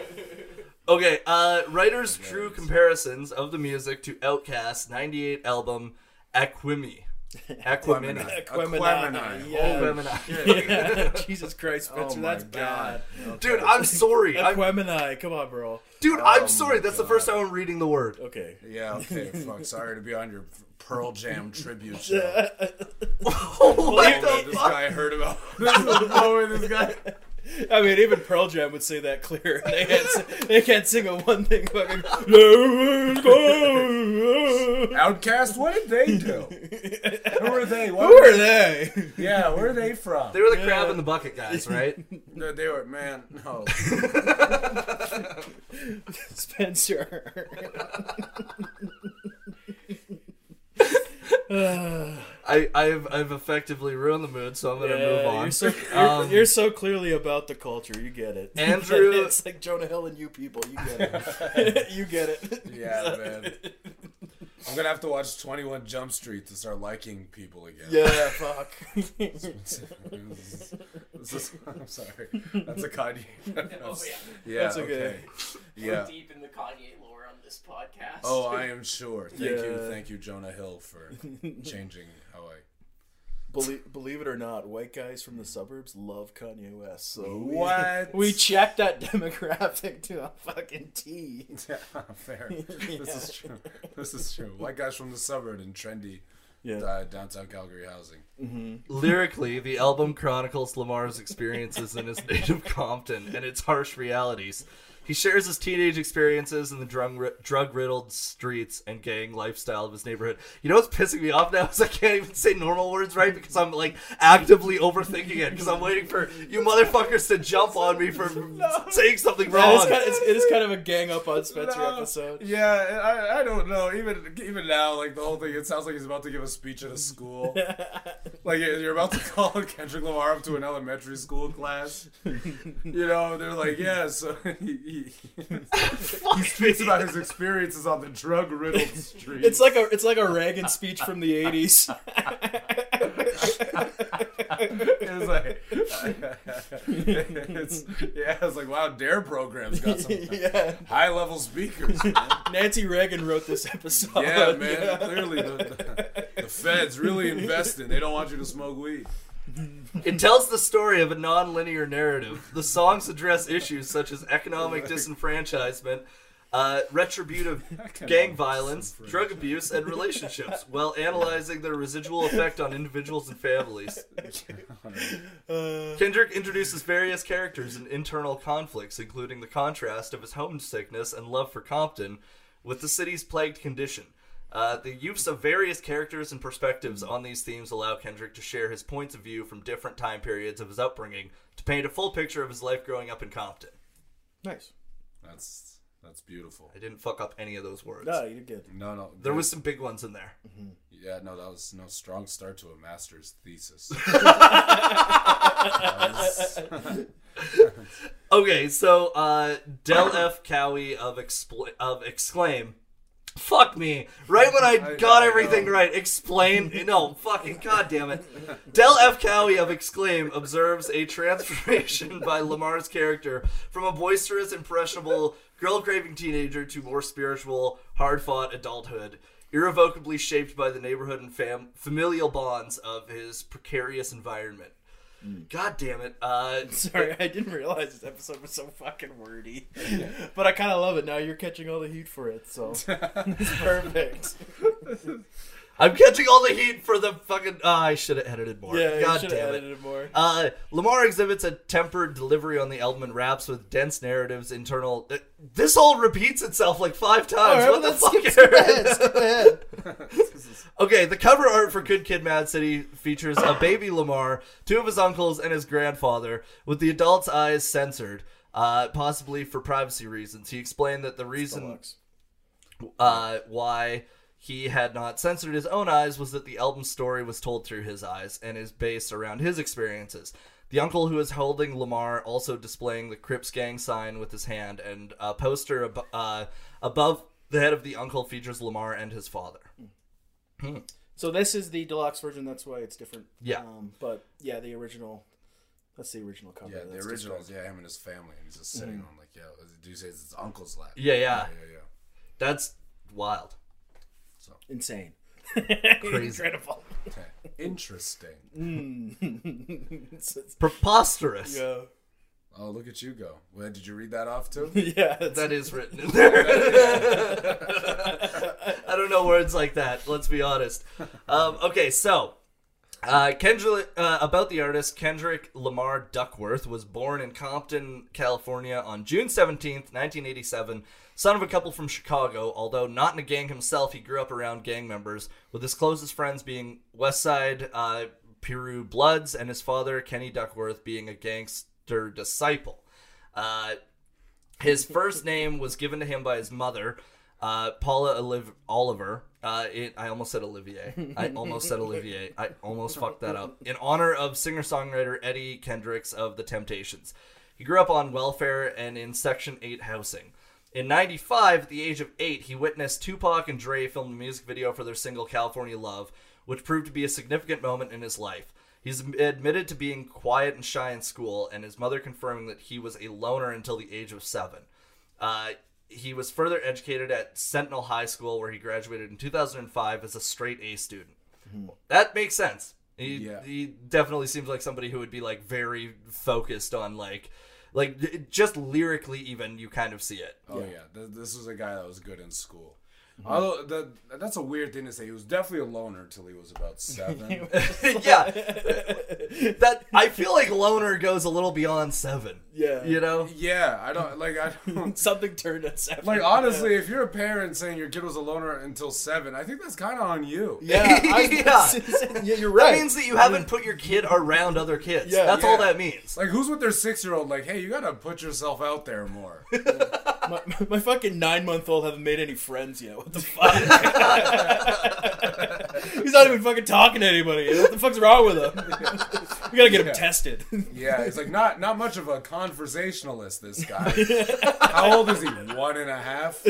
S1: Okay, uh, writers drew comparisons of the music to Outcast's 98 album Aquimi. Oh, Aquimini.
S3: Aquemini.
S2: Yeah.
S1: Aquemini.
S2: Yeah. Jesus Christ, Spencer,
S3: Oh my
S2: that's
S3: God.
S2: bad.
S1: Dude, I'm sorry. I'm,
S2: Aquemini, come on, bro.
S1: dude,
S3: Oh my
S1: I'm sorry. That's the
S3: God.
S1: first time I'm reading the word.
S2: Okay.
S3: Yeah, okay, fuck. Sorry to be on your Pearl Jam tribute show.
S1: what
S3: Oh,
S1: the
S3: this
S1: fuck?
S3: guy heard about this is the moment this guy.
S2: I mean, even Pearl Jam would say that clear. They can't, s- they can't sing a one thing fucking. Let's go.
S3: Outcast, what did they do? Who are they? What
S2: Who are they?
S3: Yeah, where are they from?
S1: They were the crab in the bucket guys, right?
S3: No, they were man. No,
S2: Spencer.
S1: I, I've, I've effectively ruined the mood, so I'm gonna move
S2: Yeah,
S1: on.
S2: You're so, you're,
S1: Um,
S2: you're so clearly about the culture. You get it.
S1: Andrew-
S2: it's like Jonah Hill and you people. You get it. you get it.
S3: yeah, man. I'm gonna have to watch 21 Jump Street to start liking people again.
S2: Yeah, fuck.
S3: This is- I'm sorry. That's a Kanye.
S4: Oh, yeah.
S3: Yeah,
S2: That's okay.
S3: Yeah.
S4: We're deep in the Kanye lore on this podcast.
S3: Oh, I am sure. Thank you,
S2: Yeah.
S3: thank you, Jonah Hill, for changing how I.
S2: believe, believe it or not, white guys from the suburbs love Kanye West. So we-
S3: What?
S2: We, checked that demographic to a fucking T.
S3: Yeah, fair. This is true. This is true. White guys from the suburb in trendy
S2: Yeah.
S3: uh, downtown Calgary housing.
S1: Lyrically, the album chronicles Lamar's experiences in his native Compton and its harsh realities. He shares his teenage experiences in the drug drug riddled streets and gang lifestyle of his neighborhood. You know what's pissing me off now is I can't even say normal words right because I'm like actively overthinking it because I'm waiting for you motherfuckers to jump on me for saying something
S2: Yeah, it's
S1: wrong.
S2: kind of, it's, it is kind of a gang up on Spencer
S3: No.
S2: episode.
S3: Yeah, and I, I don't know. Even even now, like the whole thing, it sounds like he's about to give a speech at a school. like you're about to call Kendrick Lamar up to an elementary school class. You know, they're like, yeah. So he, he, he speaks about his experiences on the drug riddled street.
S2: It's like a it's like a Reagan speech from the '80s.
S3: it was like, it's, yeah, I was like, wow, Dare program's got some
S2: yeah.
S3: high level speakers. Man.
S2: Nancy Reagan wrote this
S1: Oh,
S2: episode.
S3: Yeah, man, clearly the, the, the feds really investing. They don't want you to smoke weed.
S1: It tells the story of a non-linear narrative. The songs address issues such as economic disenfranchisement, uh, retributive gang violence, drug abuse, and relationships, while analyzing their residual effect on individuals and families.
S2: Uh,
S1: Kendrick introduces various characters and internal conflicts, including the contrast of his homesickness and love for Compton with the city's plagued condition. Uh, the use of various characters and perspectives on these themes allow Kendrick to share his points of view from different time periods of his upbringing to paint a full picture of his life growing up in Compton.
S2: nice.
S3: That's that's beautiful.
S1: I didn't fuck up any of those words.
S2: No, you're good.
S3: No, no,
S1: There was some big ones in there.
S3: yeah, no, that was no strong start to a master's thesis. That was-
S1: Okay, so uh, Del F. Cowie of expl- of exclaim. Fuck me! Right when I
S3: I-
S1: got
S3: I
S1: everything
S3: know.
S1: right, explain. No, fucking goddamn it! Del F. Cowie of Exclaim observes a transformation by Lamar's character from a boisterous, impressionable, girl-craving teenager to more spiritual, hard-fought adulthood, irrevocably shaped by the neighborhood and fam- familial bonds of his precarious environment.
S3: Mm.
S1: God damn it! Uh,
S2: Sorry, I didn't realize this episode was so fucking wordy. But I kind of love it. Now you're catching all the heat for it, so it's perfect.
S1: I'm catching all the heat for the fucking. ah, I should have edited more.
S2: Yeah, you
S1: God
S2: should have
S1: damn
S2: added
S1: it.
S2: it more.
S1: Uh, Lamar exhibits a tempered delivery on the Elman raps with dense narratives, internal. th- This all repeats itself like five
S2: All
S1: times.
S2: right,
S1: what
S2: well,
S1: the
S2: let's
S1: fuck?
S2: skip, skip ahead. Skip ahead.
S1: Okay, the cover art for Good Kid, Mad City features a baby Lamar, two of his uncles, and his grandfather, with the adult's eyes censored, uh, possibly for privacy reasons. He explained that the reason
S2: Deluxe.
S1: uh, why he had not censored his own eyes was that the album story was told through his eyes and is based around his experiences. The uncle who is holding Lamar also displaying the Crips gang sign with his hand, and a poster ab- uh, above the head of the uncle features Lamar and his father.
S2: So this is the deluxe version. That's why it's different.
S1: Yeah.
S2: Um, but yeah, the original. That's the original cover.
S3: yeah, the
S2: That's
S3: originals. Yeah, him and his family, and he's just sitting on like, yeah, do you say it's his uncle's lap?
S1: Yeah, yeah,
S3: yeah, yeah.
S1: that's wild.
S2: just Insane. Incredible.
S3: Okay. Interesting.
S2: It's- it's-
S1: Preposterous.
S2: yeah.
S3: Oh, look at you go. Well, did you read that off too?
S2: Yeah. it's-
S1: That is written in there. I don't know words like that. Let's be honest. Um, okay, so uh, Kendrick uh, about the artist Kendrick Lamar Duckworth was born in Compton, California, on June seventeenth, nineteen eighty-seven. Son of a couple from Chicago, although not in a gang himself, he grew up around gang members, with his closest friends being Westside uh, Piru Bloods and his father Kenny Duckworth being a gangster disciple. Uh, his first name was given to him by his mother, uh, Paula Oliv- Oliver. Uh, it, I almost said Olivier. I almost said Olivier. I almost fucked that up. In honor of singer songwriter Eddie Kendricks of The Temptations. He grew up on welfare and in Section 8 housing. In 95, at the age of 8, he witnessed Tupac and Dre film the music video for their single California Love, which proved to be a significant moment in his life. He's am- admitted to being quiet and shy in school, and his mother confirming that he was a loner until the age of seven. Uh, he was further educated at Sentinel High School, where he graduated in 2005 as a straight A student. That makes sense. He,
S3: Yeah.
S1: he definitely seems like somebody who would be like very focused on like, like j- just lyrically, even you kind of see it.
S3: Oh yeah, Th- this was a guy that was good in school. Although the, that's a weird thing to say. He was definitely a loner till he was about seven.
S1: yeah, that I feel like loner goes a little beyond seven.
S2: Yeah.
S1: you know,
S3: yeah, I don't like. I don't
S2: Something turned us. after
S3: like.
S2: that.
S3: Honestly, if you're a parent saying your kid was a loner until seven, I think that's kind of on you.
S2: Yeah. I was-
S1: Yeah.
S2: yeah. You're
S1: that
S2: right.
S1: means that you haven't put your kid around other kids.
S2: Yeah,
S1: that's all
S3: yeah.
S1: that means.
S3: Like, who's with their six year old? Like, hey, you gotta put yourself out there more.
S2: my, my fucking nine month old haven't made any friends yet. What the fuck? He's not even fucking talking to anybody. What the fuck's wrong with him? we gotta get him
S3: Yeah.
S2: tested.
S3: yeah, he's like not not much of a conversationalist. This guy. How old is he? One and a half.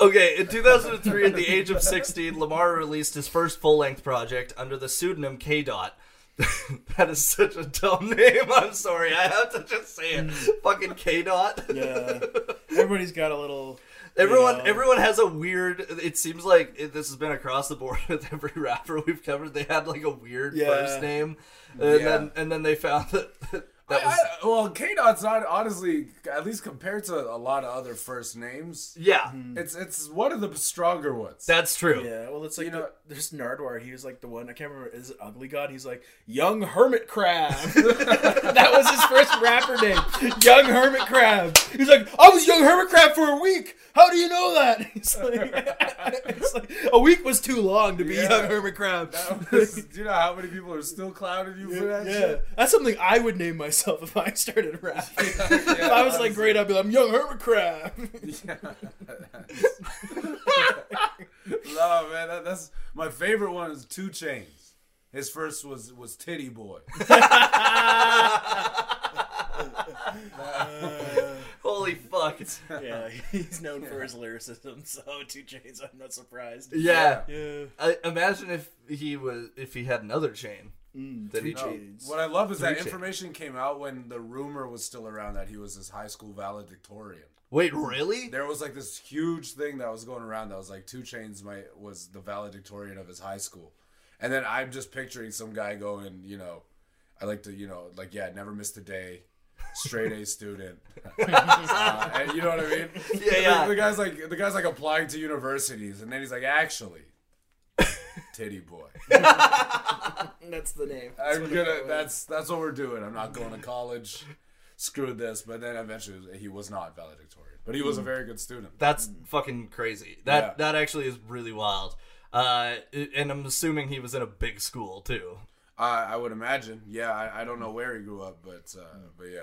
S1: Okay, in 2003, at the age of 16, Lamar released his first full length project under the pseudonym K. Dot. that is such a dumb name. I'm sorry. I have to just say it. Fucking K. Dot.
S2: Mm. Yeah. Everybody's got a little.
S1: Everyone,
S2: Yeah.
S1: everyone has a weird. It seems like it, this has been across the board with every rapper we've covered. They had like a weird
S2: Yeah.
S1: first name, and then and then they found that that was
S3: I- I- well, K Dot's not honestly, at least compared to a lot of other first names,
S1: yeah,
S3: it's it's one of the stronger ones.
S1: that's true.
S2: Hmm. Yeah, well, it's like
S3: You know-
S2: the- there's Nardwar. He was like the one I can't remember. Is it Ugly God? He's like Young Hermit Crab. that was his first rapper name, Young Hermit Crab. He's like, I was Young Hermit Crab for a week. How do you know that? He's like, it's like a week was too long to be
S3: Yeah.
S2: Young Hermit Crab.
S3: do you know how many people are still clowning you for that
S2: yeah,
S3: shit?
S2: that's something I would name myself if I started rapping. if I was like
S3: honestly.
S2: great, I'd be like, I'm Young Hermit Crab.
S3: Yeah. no, man, that, that's my favorite one is Two Chains. His first was was Titty Boy.
S1: Holy fuck!
S2: Uh, yeah, he's known for his lyricism, so two chains. I'm not surprised.
S1: Yeah,
S2: Yeah.
S1: I, imagine if he was if he had another chain that he
S2: Hmm, two
S1: changed.
S2: chains.
S3: What I love is that
S1: Chainz.
S3: information came out when the rumor was still around that he was his high school valedictorian.
S1: Wait, really?
S3: There was like this huge thing that was going around that was like Two Chains might was the valedictorian of his high school, and then I'm just picturing some guy going, you know, I like to, you know, like yeah, never missed a day, straight A student, Uh, and you know what I mean?
S1: Yeah, yeah.
S3: The, the guy's like the guy's like applying to universities, and then he's like, actually, titty boy,
S2: That's the name.
S3: I'm gonna. That's that's what we're doing. I'm not going to college. Screw this. But then eventually he was not valedictorian, but he was
S2: Hmm.
S3: a very good student.
S1: That's fucking crazy. That
S3: Yeah.
S1: that actually is really wild. Uh, and I'm assuming he was in a big school too.
S3: I I would imagine. Yeah, I, I don't know where he grew up, but uh,
S2: Hmm.
S3: but yeah.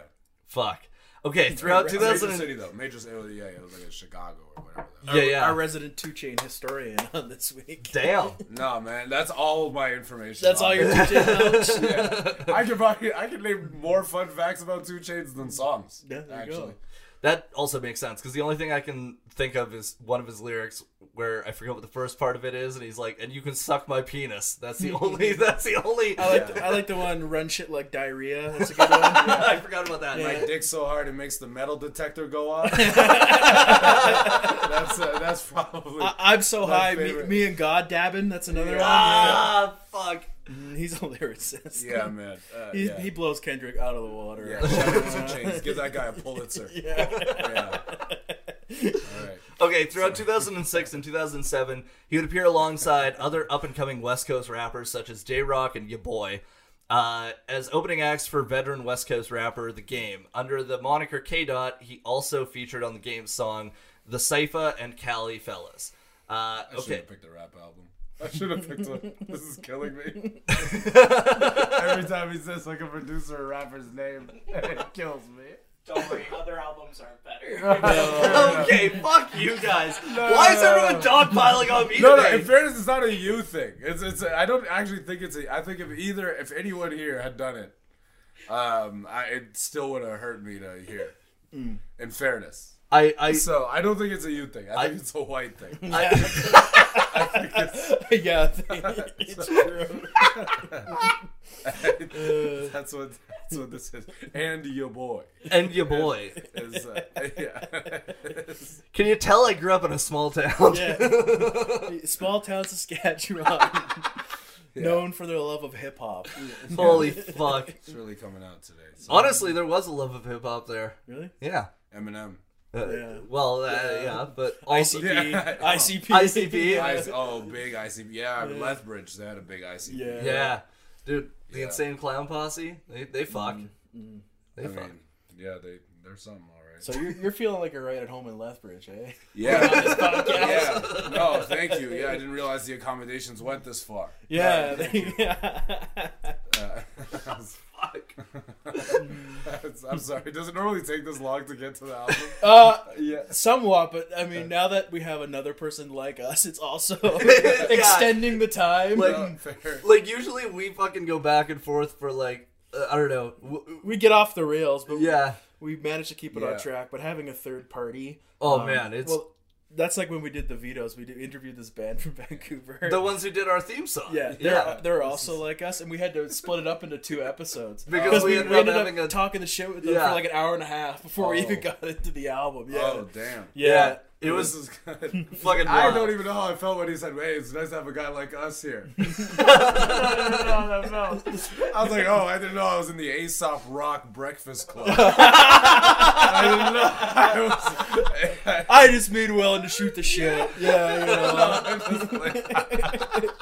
S1: Fuck. Okay, throughout
S3: Major
S1: 2000.
S3: city though, major city. oh, Yeah, yeah, it was like in Chicago or whatever. Though.
S1: yeah, yeah.
S2: Our resident two chain historian on this week.
S1: Damn.
S3: No man, that's all my information.
S2: That's all your two chain knowledge.
S3: I can probably, I can name more fun facts about Two Chains than songs.
S2: Yeah, there you
S3: actually.
S1: That also makes sense because the only thing I can think of is one of his lyrics where I forget what the first part of it is, and he's like, "And you can suck my penis." That's the only. that's the only.
S2: I like, the, I like the one run shit like diarrhea. That's a good one.
S1: I forgot about that.
S2: Yeah.
S1: Like,
S3: Dick so hard it makes the metal detector go off. that's uh, that's probably.
S2: I, I'm so
S3: My
S2: high. Me,
S3: favorite.
S2: me and God dabbing. That's another
S1: ah, fuck.
S2: one. He's a lyricist.
S3: yeah, man. Uh,
S2: He,
S3: yeah.
S2: he blows Kendrick out of the water.
S3: yeah, shout out to Two Chains. Give that guy a Pulitzer. Yeah. All right.
S1: Okay, throughout 2006 and 2007, he would appear alongside other up and coming West Coast rappers such as J Rock and Ya Boy uh, as opening acts for veteran West Coast rapper The Game. Under the moniker K Dot, he also featured on the game's song The Cypher and Cali Fellas. Uh,
S3: I should
S1: okay.
S3: have picked a rap album. I should have picked one. This is killing me. Every time he says like a producer or rapper's name, it kills me.
S4: Don't worry, other albums aren't better.
S1: Okay, fuck you guys. Why is everyone dogpiling on me
S3: No, no.
S1: today?
S3: In fairness, it's not a you thing. It's, it's. I don't actually think it's a. I think if either, if anyone here had done it, um, I it still would have hurt me to hear. In fairness,
S1: I, I,
S3: so I don't think it's a you thing. I think
S1: I-
S3: it's a white thing.
S1: I,
S2: yeah, it's true.
S3: that's what. That's what this is. And your boy
S1: and Ya Boy.
S3: is. Uh, yeah.
S1: Can you tell I grew up in a small town?
S2: Yeah. Small town Saskatchewan, known for their love of hip hop.
S1: Holy fuck.
S3: It's really coming out today. So.
S1: Honestly, there was a love of hip hop there.
S2: Really?
S1: Yeah.
S3: Eminem.
S1: Uh,
S2: Yeah.
S1: Well, uh, yeah. but also,
S2: ICP,
S3: Yeah.
S2: ICP,
S1: ICP.
S3: I, oh, big ICP. Yeah, Lethbridge. They had a big E ICP.
S2: Yeah.
S1: yeah, dude, the
S3: Yeah.
S1: Insane Clown Posse, they they fuck, they
S3: I
S1: fuck.
S3: mean, yeah, they they're something all right.
S2: So you're, you're feeling like you're right at home in Lethbridge, eh?
S3: yeah. yeah. No, thank you. Yeah, I didn't realize the accommodations went this far.
S2: Yeah.
S3: Uh,
S1: fuck.
S3: I'm sorry. It doesn't normally take this long to get to the album.
S2: uh,
S3: Yeah.
S2: somewhat, but I mean, now that we have another person like us, it's also
S1: Yeah.
S2: extending the time.
S1: Like-
S3: Uh, fair.
S1: Like usually we fucking go back and forth for like uh, I don't know. W- w-
S2: we get off the rails, but
S1: yeah.
S2: we managed to keep it
S3: Yeah.
S2: on track. But having a third party,
S1: Oh
S2: um,
S1: man, it's
S2: well, that's like when we did the Vetoes. We did, interviewed this band from Vancouver.
S1: The ones who did our theme song.
S2: yeah, they're,
S1: yeah.
S2: they're also like us, and we had to split it up into two episodes
S1: Because we ended up having a-
S2: talking the shit with them
S1: Yeah.
S2: for like an hour and a half before we
S3: Oh.
S2: even got into the album. Yeah,
S3: Oh damn.
S2: yeah.
S1: It
S3: This
S1: was
S3: is good.
S1: fucking.
S3: I
S1: wild.
S3: don't even know how I felt when he said, "Hey, it's nice to have a guy like us here."
S4: no, no, no.
S3: I was like, "Oh, I didn't know I was in the Aesop Rock Breakfast Club." I didn't know. I was,
S2: I just mean willing to shoot the shit. Yeah, you know.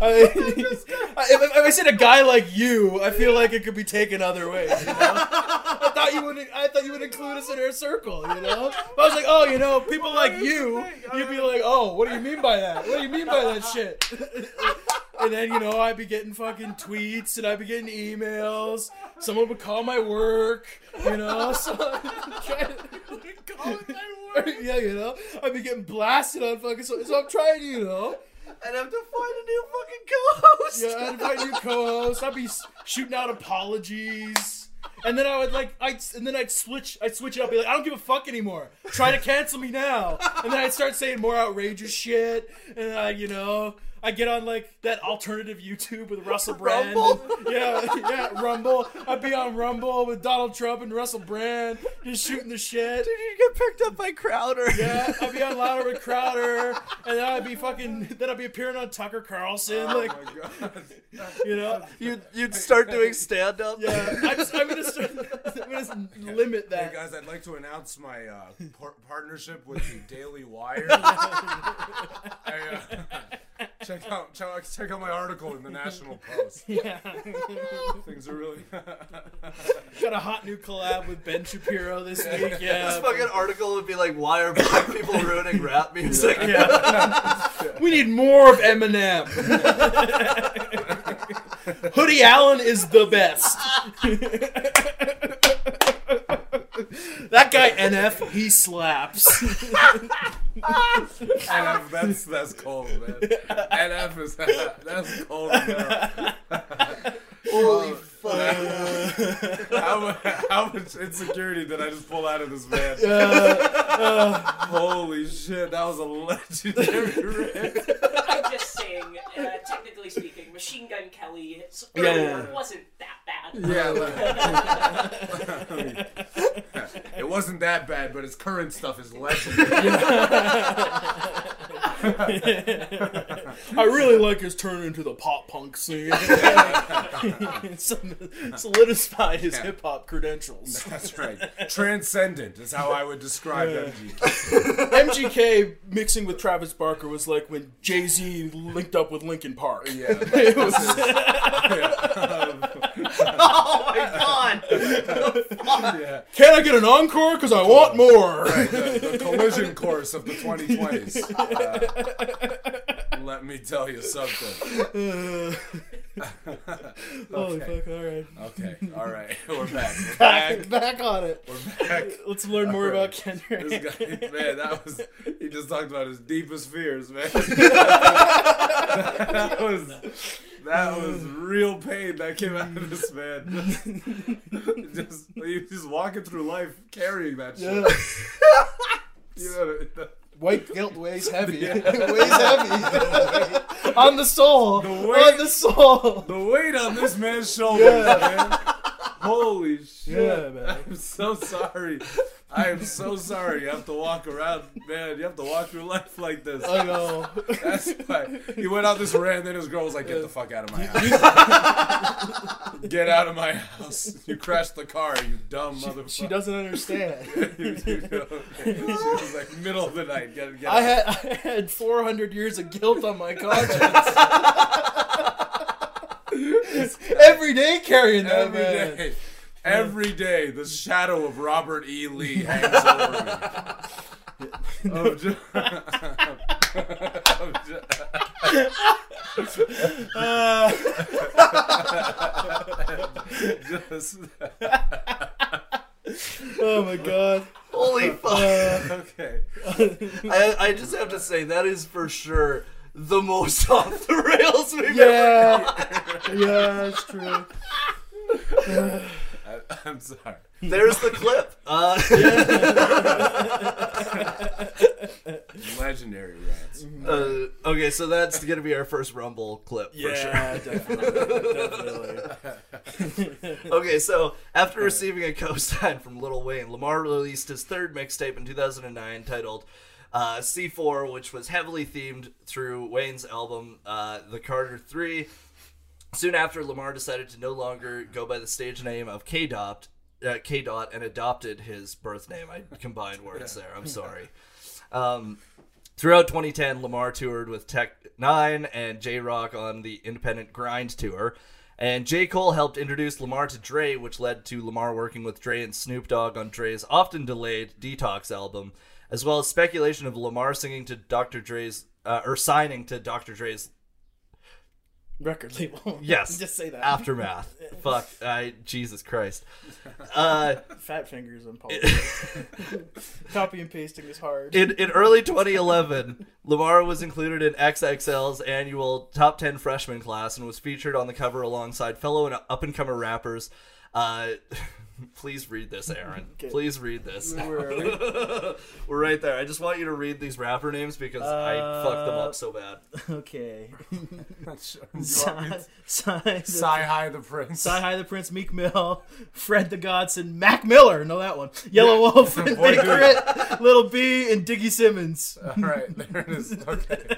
S2: I, if, if I said a guy like you, I feel like it could be taken other ways. You know? I thought you would. I thought you would include us in our circle. You know, I was like, oh, you know, people like you. You'd be like, oh, what do you mean by that? What do you mean by that shit? And then you know, I'd be getting fucking tweets, and I'd be getting emails. Someone would call my work. You know, so yeah, you know, I'd be getting blasted on fucking. So, so I'm trying, to, you know.
S1: I'd have to find a new fucking co-host.
S2: Yeah, I'd invite new co-hosts. I'd be s- shooting out apologies, and then I would like, I and then I'd switch, I'd switch it up. Be like, I don't give a fuck anymore. Try to cancel me now, and then I'd start saying more outrageous shit, and I, you know, I get on like that alternative YouTube with Russell Brand.
S1: Rumble?
S2: and- yeah, yeah, Rumble. I'd be on Rumble with Donald Trump and Russell Brand, just shooting the shit.
S1: You'd get picked up by Crowder.
S2: Yeah, I'd be on Louder with Crowder, and then I'd be fucking, then I'd be appearing on Tucker Carlson, like,
S3: oh my god.
S2: you know,
S1: You'd you'd start doing stand up.
S2: Yeah, I just, I'm gonna start, I'm gonna s- limit
S3: Hey
S2: that.
S3: guys, I'd like to announce my uh, par- partnership with the Daily Wire. I, uh, check out check, out- check out my article in the National Post.
S2: Yeah,
S3: Things are really.
S2: got a hot new collab with Ben Shapiro this week.
S1: This
S2: Yeah,
S1: fucking article would be like, "Why are black people ruining rap music?"
S2: yeah. we need more of Eminem. Hoodie Allen is the best. that guy NF, he slaps.
S3: NF, that's that's cold, man. NF is that's cold. Man.
S2: Oh,
S1: Holy fuck!
S3: How, mu- how much insecurity did I just pull out of this man?
S2: Uh,
S3: Holy shit, that was a legendary rip.
S4: I'm just saying, uh, technically speaking, Machine Gun Kelly s-
S2: Yeah, yeah, yeah.
S4: wasn't that bad.
S3: Yeah, it wasn't that bad, but his current stuff is legendary.
S2: I really like his turn into the pop punk scene. Solidified his hip hop credentials.
S3: That's right. Transcendent is how I would describe MG.
S2: MGK mixing with Travis Barker was like when Jay Z linked up with Linkin Park.
S3: Yeah, like, this is-
S1: Oh my god!
S3: yeah.
S2: Can I get an encore? Because I want more.
S3: The, the collision course of the 2020s. Uh, let me tell you something.
S2: Holy fuck! All right,
S3: Okay, all right, we're back. We're
S2: back,
S3: back.
S2: back on it.
S3: We're back.
S2: Let's learn more
S3: All right.
S2: about Kendrick.
S3: This guy, man, that was. He just talked about his deepest fears, man. that was. That was real pain that came out of this man. just he was just walking through life carrying that shit.
S2: Yeah.
S3: You know, the,
S2: White guilt weighs heavy. It weighs heavy on the soul.
S3: weight-
S2: on the soul.
S3: the weight on this man's shoulders, man. Holy shit!
S2: Yeah, man.
S3: I'm so sorry. I am so sorry. You have to walk around, man. You have to walk through life like this.
S2: I know.
S3: That's why he went out this rant, and then his girl was like, "Get the fuck out of my house! Get out of my house! You crashed the car, you dumb motherfucker!"
S2: She doesn't understand.
S3: she was like, "Middle of the night, get, get
S2: I
S3: out."
S2: had I had 400 years of guilt on my conscience. Every day carrying that
S3: every
S2: oh, man.
S3: day, every day, the shadow of Robert E. Lee hangs over me." Of ju- of ju-
S2: Uh,
S3: just-
S2: oh my god.
S1: Holy
S2: Uh,
S1: fuck!
S3: okay.
S1: I, I just have to say that is for sure the most off the rails we've ever.
S2: Yeah. Yeah, it's true.
S3: I, I'm sorry.
S1: There's the clip. Uh,
S3: Legendary rats.
S2: Mm-hmm.
S1: Uh, okay, so that's gonna be our first Rumble clip for sure.
S2: yeah, definitely, definitely.
S1: Okay, so after receiving a co-sign from Lil Wayne, Lamar released his third mixtape in 2009 titled uh, C4, which was heavily themed through Wayne's album uh, The Carter 3. Soon after, Lamar decided to no longer go by the stage name of K-Dot, uh, K-Dot and adopted his birth name. I combined words there. I'm sorry. Um, Throughout 2010, Lamar toured with Tech Nine and J Rock on the Independent Grind tour. And J. Cole helped introduce Lamar to Dre, which led to Lamar working with Dre and Snoop Dogg on Dre's often delayed Detox album, as well as speculation of Lamar singing to Dr. Dre's, uh, or signing to Dr. Dre's
S2: Record label.
S1: Yes.
S2: Just say that.
S1: Aftermath. Fuck, I, Jesus Christ. Uh,
S2: Fat fingers and Paul. Copy and pasting is hard.
S1: In, in early 2011, Lamar was included in XXL's annual top 10 freshman class and was featured on the cover alongside fellow and up and comer rappers. Uh, please read this, Aaron.
S2: Okay.
S1: Please read this.
S2: Where are we?
S1: We're right there. I just want you to read these rapper names because I fucked them up so bad.
S2: Okay.
S3: Sigh
S2: Sigh, sigh,
S3: High the Prince.
S2: Sigh High the Prince, Meek Mill, Fred the Godson, Mac Miller, know that one, Yellow Wolf, and
S3: Boy,
S2: Big
S3: dude.
S2: Crit, Little B, and Diggy Simmons.
S3: All right, there it is. Okay.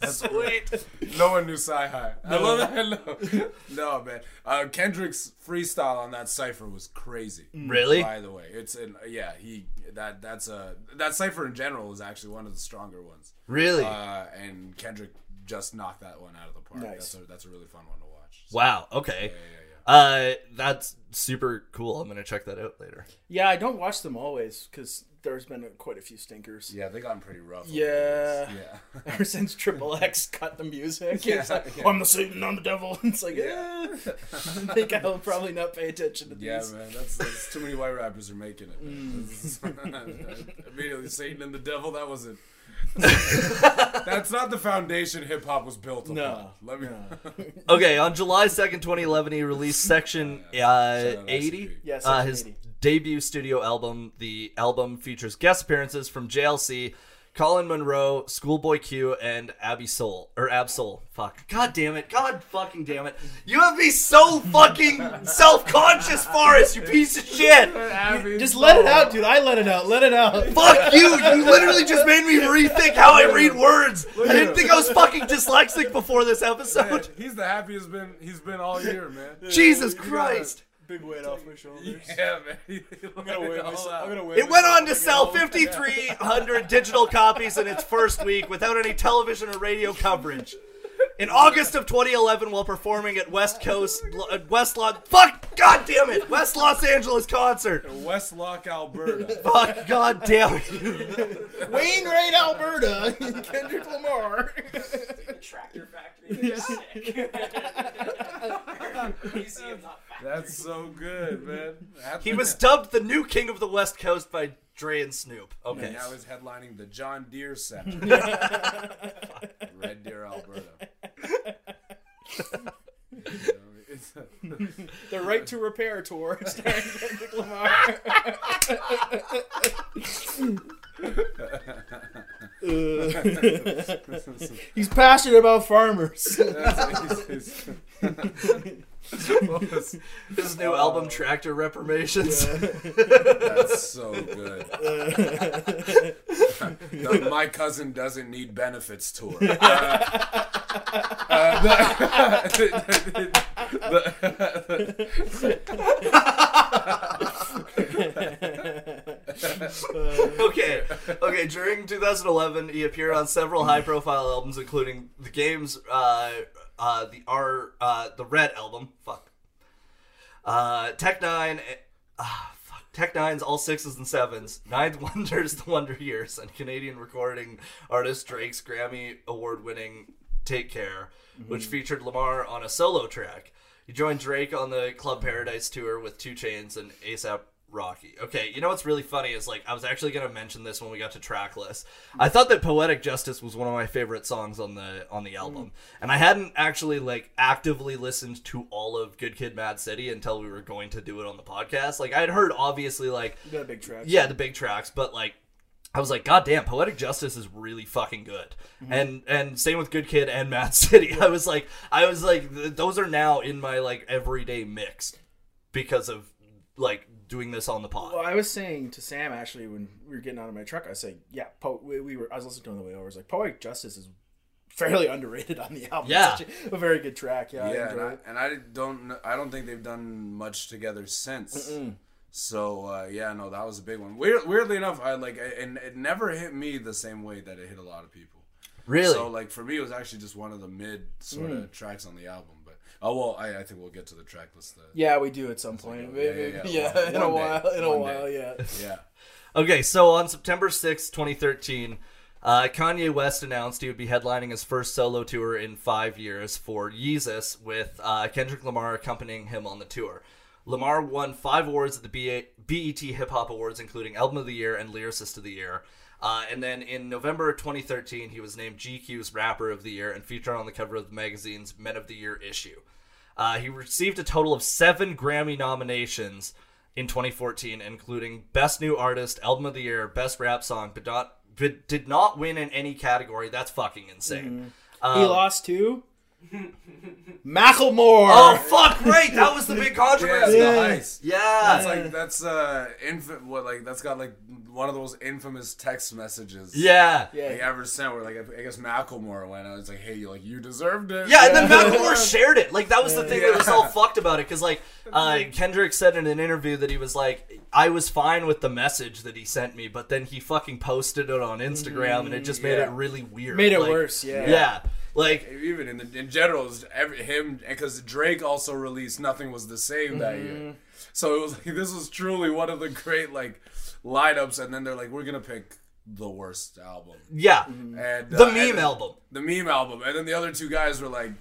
S3: That's
S1: Sweet.
S3: No one knew Sci High. I love that. No, no man. Uh, Kendrick's freestyle on that cipher was crazy.
S2: Mm.
S1: Really?
S3: By the way, it's an yeah. He that that's a that cipher in general is actually one of the stronger ones.
S1: Really?
S3: Uh, and Kendrick just knocked that one out of the park.
S2: Nice.
S3: That's a that's a really fun one to watch.
S1: wow. Okay.
S3: Yeah, yeah, yeah.
S1: Uh, that's super cool. I'm going to check that out later.
S2: Yeah, I don't watch them always because there's been quite a few stinkers.
S3: Yeah, they gotten pretty rough. over the
S2: Yeah.
S3: years. yeah.
S2: Ever since Triple X cut the music, it's
S3: Yeah,
S2: like,
S3: yeah.
S2: "Oh, I'm the Satan, I'm the devil. It's like, yeah.
S3: Yeah.
S2: I think I'll probably not pay attention to
S3: Yeah,
S2: these.
S3: man, that's, that's too many white rappers are making it.
S2: Mm.
S3: man. Immediately, Satan and the devil. That wasn't. that's not the foundation hip hop was built upon.
S2: No,
S3: Let me.
S1: Okay, on July 2nd, 2011, he released Section uh,
S3: out
S1: 80,
S3: ICP.
S2: Yeah,
S1: uh,
S2: Section
S1: his
S2: 80.
S1: debut studio album. The album features guest appearances from JLC, Colin Monroe, Schoolboy Q, and Abby Soul. Or Absol. Fuck. God damn it. God fucking damn it. You have me so fucking self conscious, Forrest, you piece of shit.
S2: Just let it out, dude. I let it out. Let it out.
S1: Fuck you! You literally just made me rethink how I read words! I didn't think I was fucking dyslexic before this
S3: Man,
S1: episode!
S3: he's the happiest been he's been all year, man.
S1: Jesus
S3: You gotta-
S1: Christ!
S2: Big weight off my shoulders.
S3: Yeah, man. I'm
S1: It went on to sell 5,300 digital copies in its first week without any television or radio coverage. In August of 2011, while performing at West Coast, at West Los, fuck, god damn it, West Los Angeles concert.
S3: West Lock, Alberta.
S1: Fuck, god damn it.
S2: Wainwright, Alberta, Kendrick Lamar.
S4: The tractor factory. They're sick. Museum, not factory.
S3: That's so good, man.
S1: He was dubbed the new king of the West Coast by Dre and Snoop.
S3: And
S1: Okay.
S3: now he's headlining the John Deere Center. Red Deer, Alberta. It's-
S2: the Right to Repair tour starring Kendrick Lamar. He's passionate about farmers.
S3: that's- it's- it's-
S1: His new album, Tractor Reformations.
S3: that's so good. The My cousin doesn't need benefits tour. Uh, uh, the- the-
S1: okay, okay. During 2011, he appeared on several high-profile albums, including the games, uh, uh, the R, uh, the Red album. Fuck. Uh, Tech Nine. Uh, fuck. Tech Nine's all sixes and sevens, Ninth Wonders, the Wonder Years, and Canadian recording artist Drake's Grammy award-winning "Take Care," which featured Lamar on a solo track. He joined Drake on the Club Paradise tour with Two Chains and ASAP Rocky. Okay, you know what's really funny is like I was actually gonna mention this when we got to track list. I thought that Poetic Justice was one of my favorite songs on the on the album. And I hadn't actually like actively listened to all of Good Kid Mad City until we were going to do it on the podcast. Like I'd heard obviously like
S2: That big track.
S1: yeah, the big tracks, but like I was like, God damn, Poetic Justice is really fucking good. And and same with Good Kid and Mad City. I was like, I was like, th- those are now in my like everyday mix because of like doing this on the pod.
S2: Well, I was saying to Sam actually when we were getting out of my truck, I was saying, yeah, po- we, we were. I was listening to it on the way over. I was like, Poetic Justice is fairly underrated on the album.
S1: Yeah.
S2: It's such a, a very good track. Yeah, I
S3: yeah, and
S2: enjoy
S3: I,
S2: it.
S3: and I don't kn- I don't think they've done much together since. So uh, yeah, no, that was a big one. Weird, weirdly enough, I like I- and it never hit me the same way that it hit a lot of people.
S1: Really? Mm.
S3: So like for me, it was actually just one of the mid sort of tracks on the album. But oh well, I, I think we'll get to the track list. Then.
S2: yeah, we do at some point.
S3: yeah,
S2: Maybe-
S3: yeah, yeah.
S2: yeah, in a
S3: One day.
S2: while. In a
S3: One
S2: while.
S3: day.
S2: Yeah.
S3: Yeah.
S1: Okay, so on September sixth, 2013, uh, Kanye West announced he would be headlining his first solo tour in five years for Yeezus, with uh, Kendrick Lamar accompanying him on the tour. Lamar won five awards at the BA- BET E Hip Hop Awards, including Album of the Year and Lyricist of the Year. Uh, and then in November 2013, he was named GQ's Rapper of the Year and featured on the cover of the magazine's Men of the Year issue. Uh, he received a total of seven Grammy nominations in 2014, including Best New Artist, Album of the Year, Best Rap Song, but, not, but did not win in any category. That's fucking insane. Um,
S2: he lost to Macklemore.
S1: Oh, fuck, right! That was the big controversy.
S3: Yeah,
S1: Yeah.
S3: nice. That's like that's uh inf- what like that's got like one of those infamous text messages.
S1: yeah. Yeah.
S3: Like
S2: yeah.
S3: ever sent where like I guess Macklemore went. I was like, hey, you like you deserved it.
S1: and then Macklemore shared it. Like that was the thing that was all
S3: Yeah.
S1: fucked about it, because like uh, Kendrick said in an interview that he was like, "I was fine with the message that he sent me, but then he fucking posted it on Instagram, and it just made
S3: yeah.
S1: it really weird.
S2: Made it
S1: Like,
S2: worse. Yeah.
S1: Yeah, like
S3: even in the in general, it was every, him because Drake also released "Nothing Was the Same" that
S1: Mm-hmm.
S3: year, so it was like this was truly one of the great like lineups. And then they're like, we're gonna pick the worst album,
S1: Yeah.
S3: and
S1: The
S3: uh,
S1: meme
S3: and then-
S1: album.
S3: the meme album, and then the other two guys were like,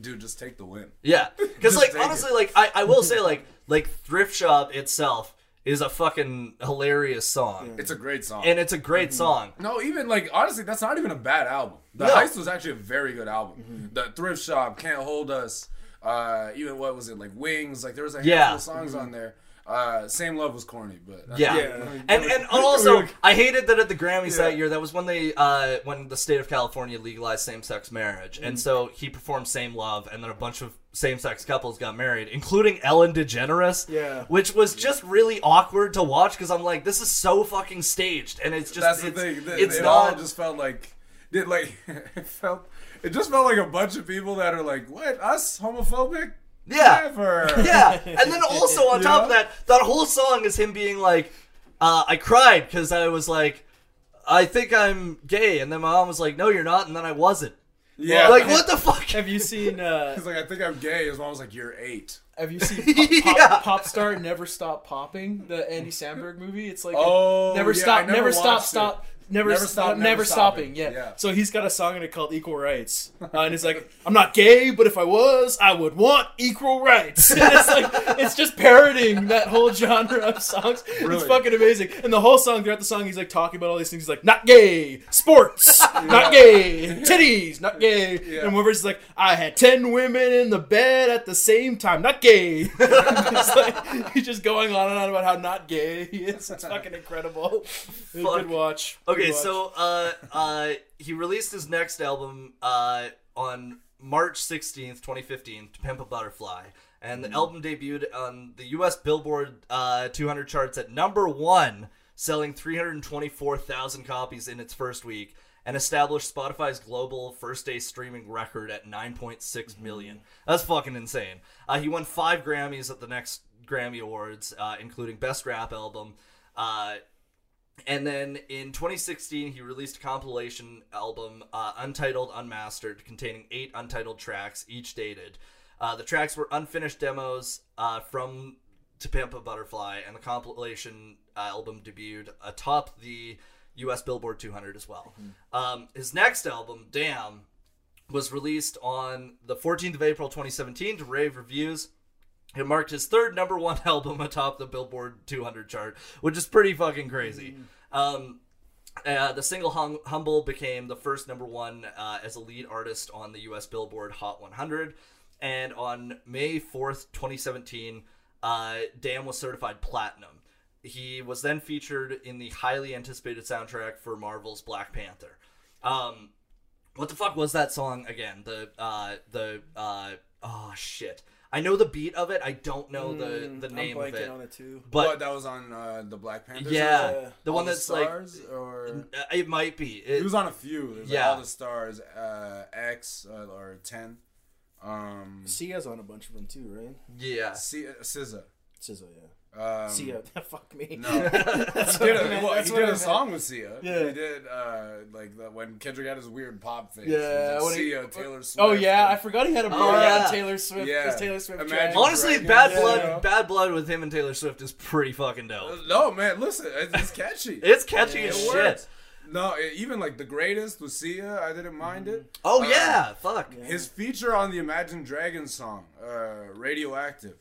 S3: dude, just take the win.
S1: Yeah. Because,
S3: Just
S1: like,
S3: take
S1: honestly, like, I, I will say, like, like, Thrift Shop itself is a fucking hilarious song.
S3: It's a great song.
S1: And it's a great
S3: Mm-hmm.
S1: song.
S3: No, even like honestly, that's not even a bad album. The
S1: No. Mm-hmm.
S3: Heist was actually a very good album. The Thrift Shop, Can't Hold Us, uh, even what was it like Wings? Like there was a handful
S1: Yeah. Mm-hmm.
S3: of songs on there. Uh, Same Love was corny, but uh,
S1: Yeah.
S2: Yeah.
S1: And and also I hated that at the Grammys that year, that was when they uh when the state of California legalized same sex marriage.
S3: Mm.
S1: And so he performed Same Love and then a bunch of same sex couples got married, including Ellen DeGeneres.
S2: Yeah.
S1: Which was just really awkward to watch because I'm like, this is so fucking staged and it's just
S3: that's the
S1: it's,
S3: thing. They-
S1: it's
S3: it
S1: not
S3: all just felt like did like it felt it just felt like a bunch of people that are like, what us homophobic?
S1: Yeah.
S3: Never.
S1: Yeah, and then also on top of
S3: Yeah.
S1: that, that whole song is him being like, uh, "I cried because I was like, I think I'm gay," and then my mom was like, "No, you're not," and then I wasn't.
S3: yeah.
S1: Like, what the fuck?
S2: Have you seen uh,
S3: He's like, I think I'm gay. His mom was like, you're eight.
S2: Have you seen Pop, Pop,
S1: Yeah.
S2: Pop Star Never Stop Popping, the Andy Samberg movie? It's like
S3: Oh,
S2: never
S3: yeah,
S2: stop,
S3: I
S2: never, stop,
S3: watched it.
S2: stop. Never,
S3: Never
S2: never
S3: Stop,
S2: never,
S3: Never
S2: stopping.
S3: Stopping.
S2: Yeah.
S3: Yeah.
S2: So he's got a song in it called "Equal Rights," uh, and he's like, "I'm not gay, but if I was, I would want equal rights." And it's like it's just parodying that whole genre of songs. It's
S3: Brilliant.
S2: fucking amazing. And the whole song throughout the song, he's like talking about all these things. He's like, "Not gay, sports, not gay, titties, not gay."
S3: Yeah.
S2: And Wilbur's like, "I had ten women in the bed at the same time, not gay." it's like, he's just going on and on about how not gay he is. It's fucking incredible. Good watch. Good
S1: Okay,
S2: watch.
S1: so uh, uh, he released his next album uh, on March 16th, 2015, To Pimp a Butterfly. And the album debuted on the US Billboard uh, 200 charts at number one, selling 324,000 copies in its first week, and established Spotify's global first day streaming record at 9.6 million. That's fucking insane. Uh, he won five Grammys at the next Grammy Awards, uh, including Best Rap Album. Uh, and then in 2016, he released a compilation album, uh, Untitled Unmastered, containing eight untitled tracks, each dated. Uh, the tracks were unfinished demos uh, from To Pimp a Butterfly, and the compilation uh, album debuted atop the US Billboard 200 as well. Um, his next album, Damn, was released on the 14th of April 2017 to rave reviews. It marked his third number one album atop the Billboard 200 chart, which is pretty fucking crazy. Um, uh, the single hum- "Humble" became the first number one uh, as a lead artist on the U.S. Billboard Hot 100, and on May 4th, 2017, uh, "Damn" was certified platinum. He was then featured in the highly anticipated soundtrack for Marvel's Black Panther. Um, what the fuck was that song again? The uh, the uh, oh shit! I know the beat of it. I don't know the the name
S2: I'm
S1: of
S2: blanking
S1: it.
S2: on it too.
S1: But
S3: what that was on uh, the Black Panther?
S1: yeah,
S3: soundtrack?
S1: the
S3: All
S1: one that's like
S3: stars, or
S1: uh, it might be. It,
S3: he was on a few. There's
S1: Yeah.
S3: like all the stars, uh, X uh, or ten. Um,
S2: Sia's on a bunch of them too, right?
S1: yeah.
S3: C- uh, SZA.
S2: SZA, yeah.
S3: Um,
S2: Sia, fuck me.
S3: No.
S2: that's
S3: He
S2: what
S3: did
S2: I
S3: a,
S2: meant,
S3: well,
S2: that's
S3: he
S2: what I
S3: did a
S2: meant.
S3: song with Sia.
S2: Yeah.
S3: He did uh, like the, when Kendrick had his weird pop thing.
S2: Yeah, when he-
S3: Sia, Taylor Swift.
S2: Oh yeah, I forgot he had a beard
S1: yeah.
S2: on Taylor Swift.
S3: Yeah.
S2: Yeah. Taylor Swift.
S3: Imagine-
S2: dragged-
S1: Honestly,
S3: Dragon,
S1: Bad
S2: yeah.
S1: Blood, Bad Blood with him and Taylor Swift is pretty fucking dope.
S3: Uh, no man, listen, it's, it's catchy.
S1: It's catchy
S2: Yeah,
S1: as
S2: it
S1: shit.
S3: works. no, it, even like the greatest Lucia, I didn't mind it.
S1: Oh
S3: Uh,
S1: yeah, fuck.
S2: Mm-hmm.
S3: His feature on the Imagine Dragons song, uh, "Radioactive,"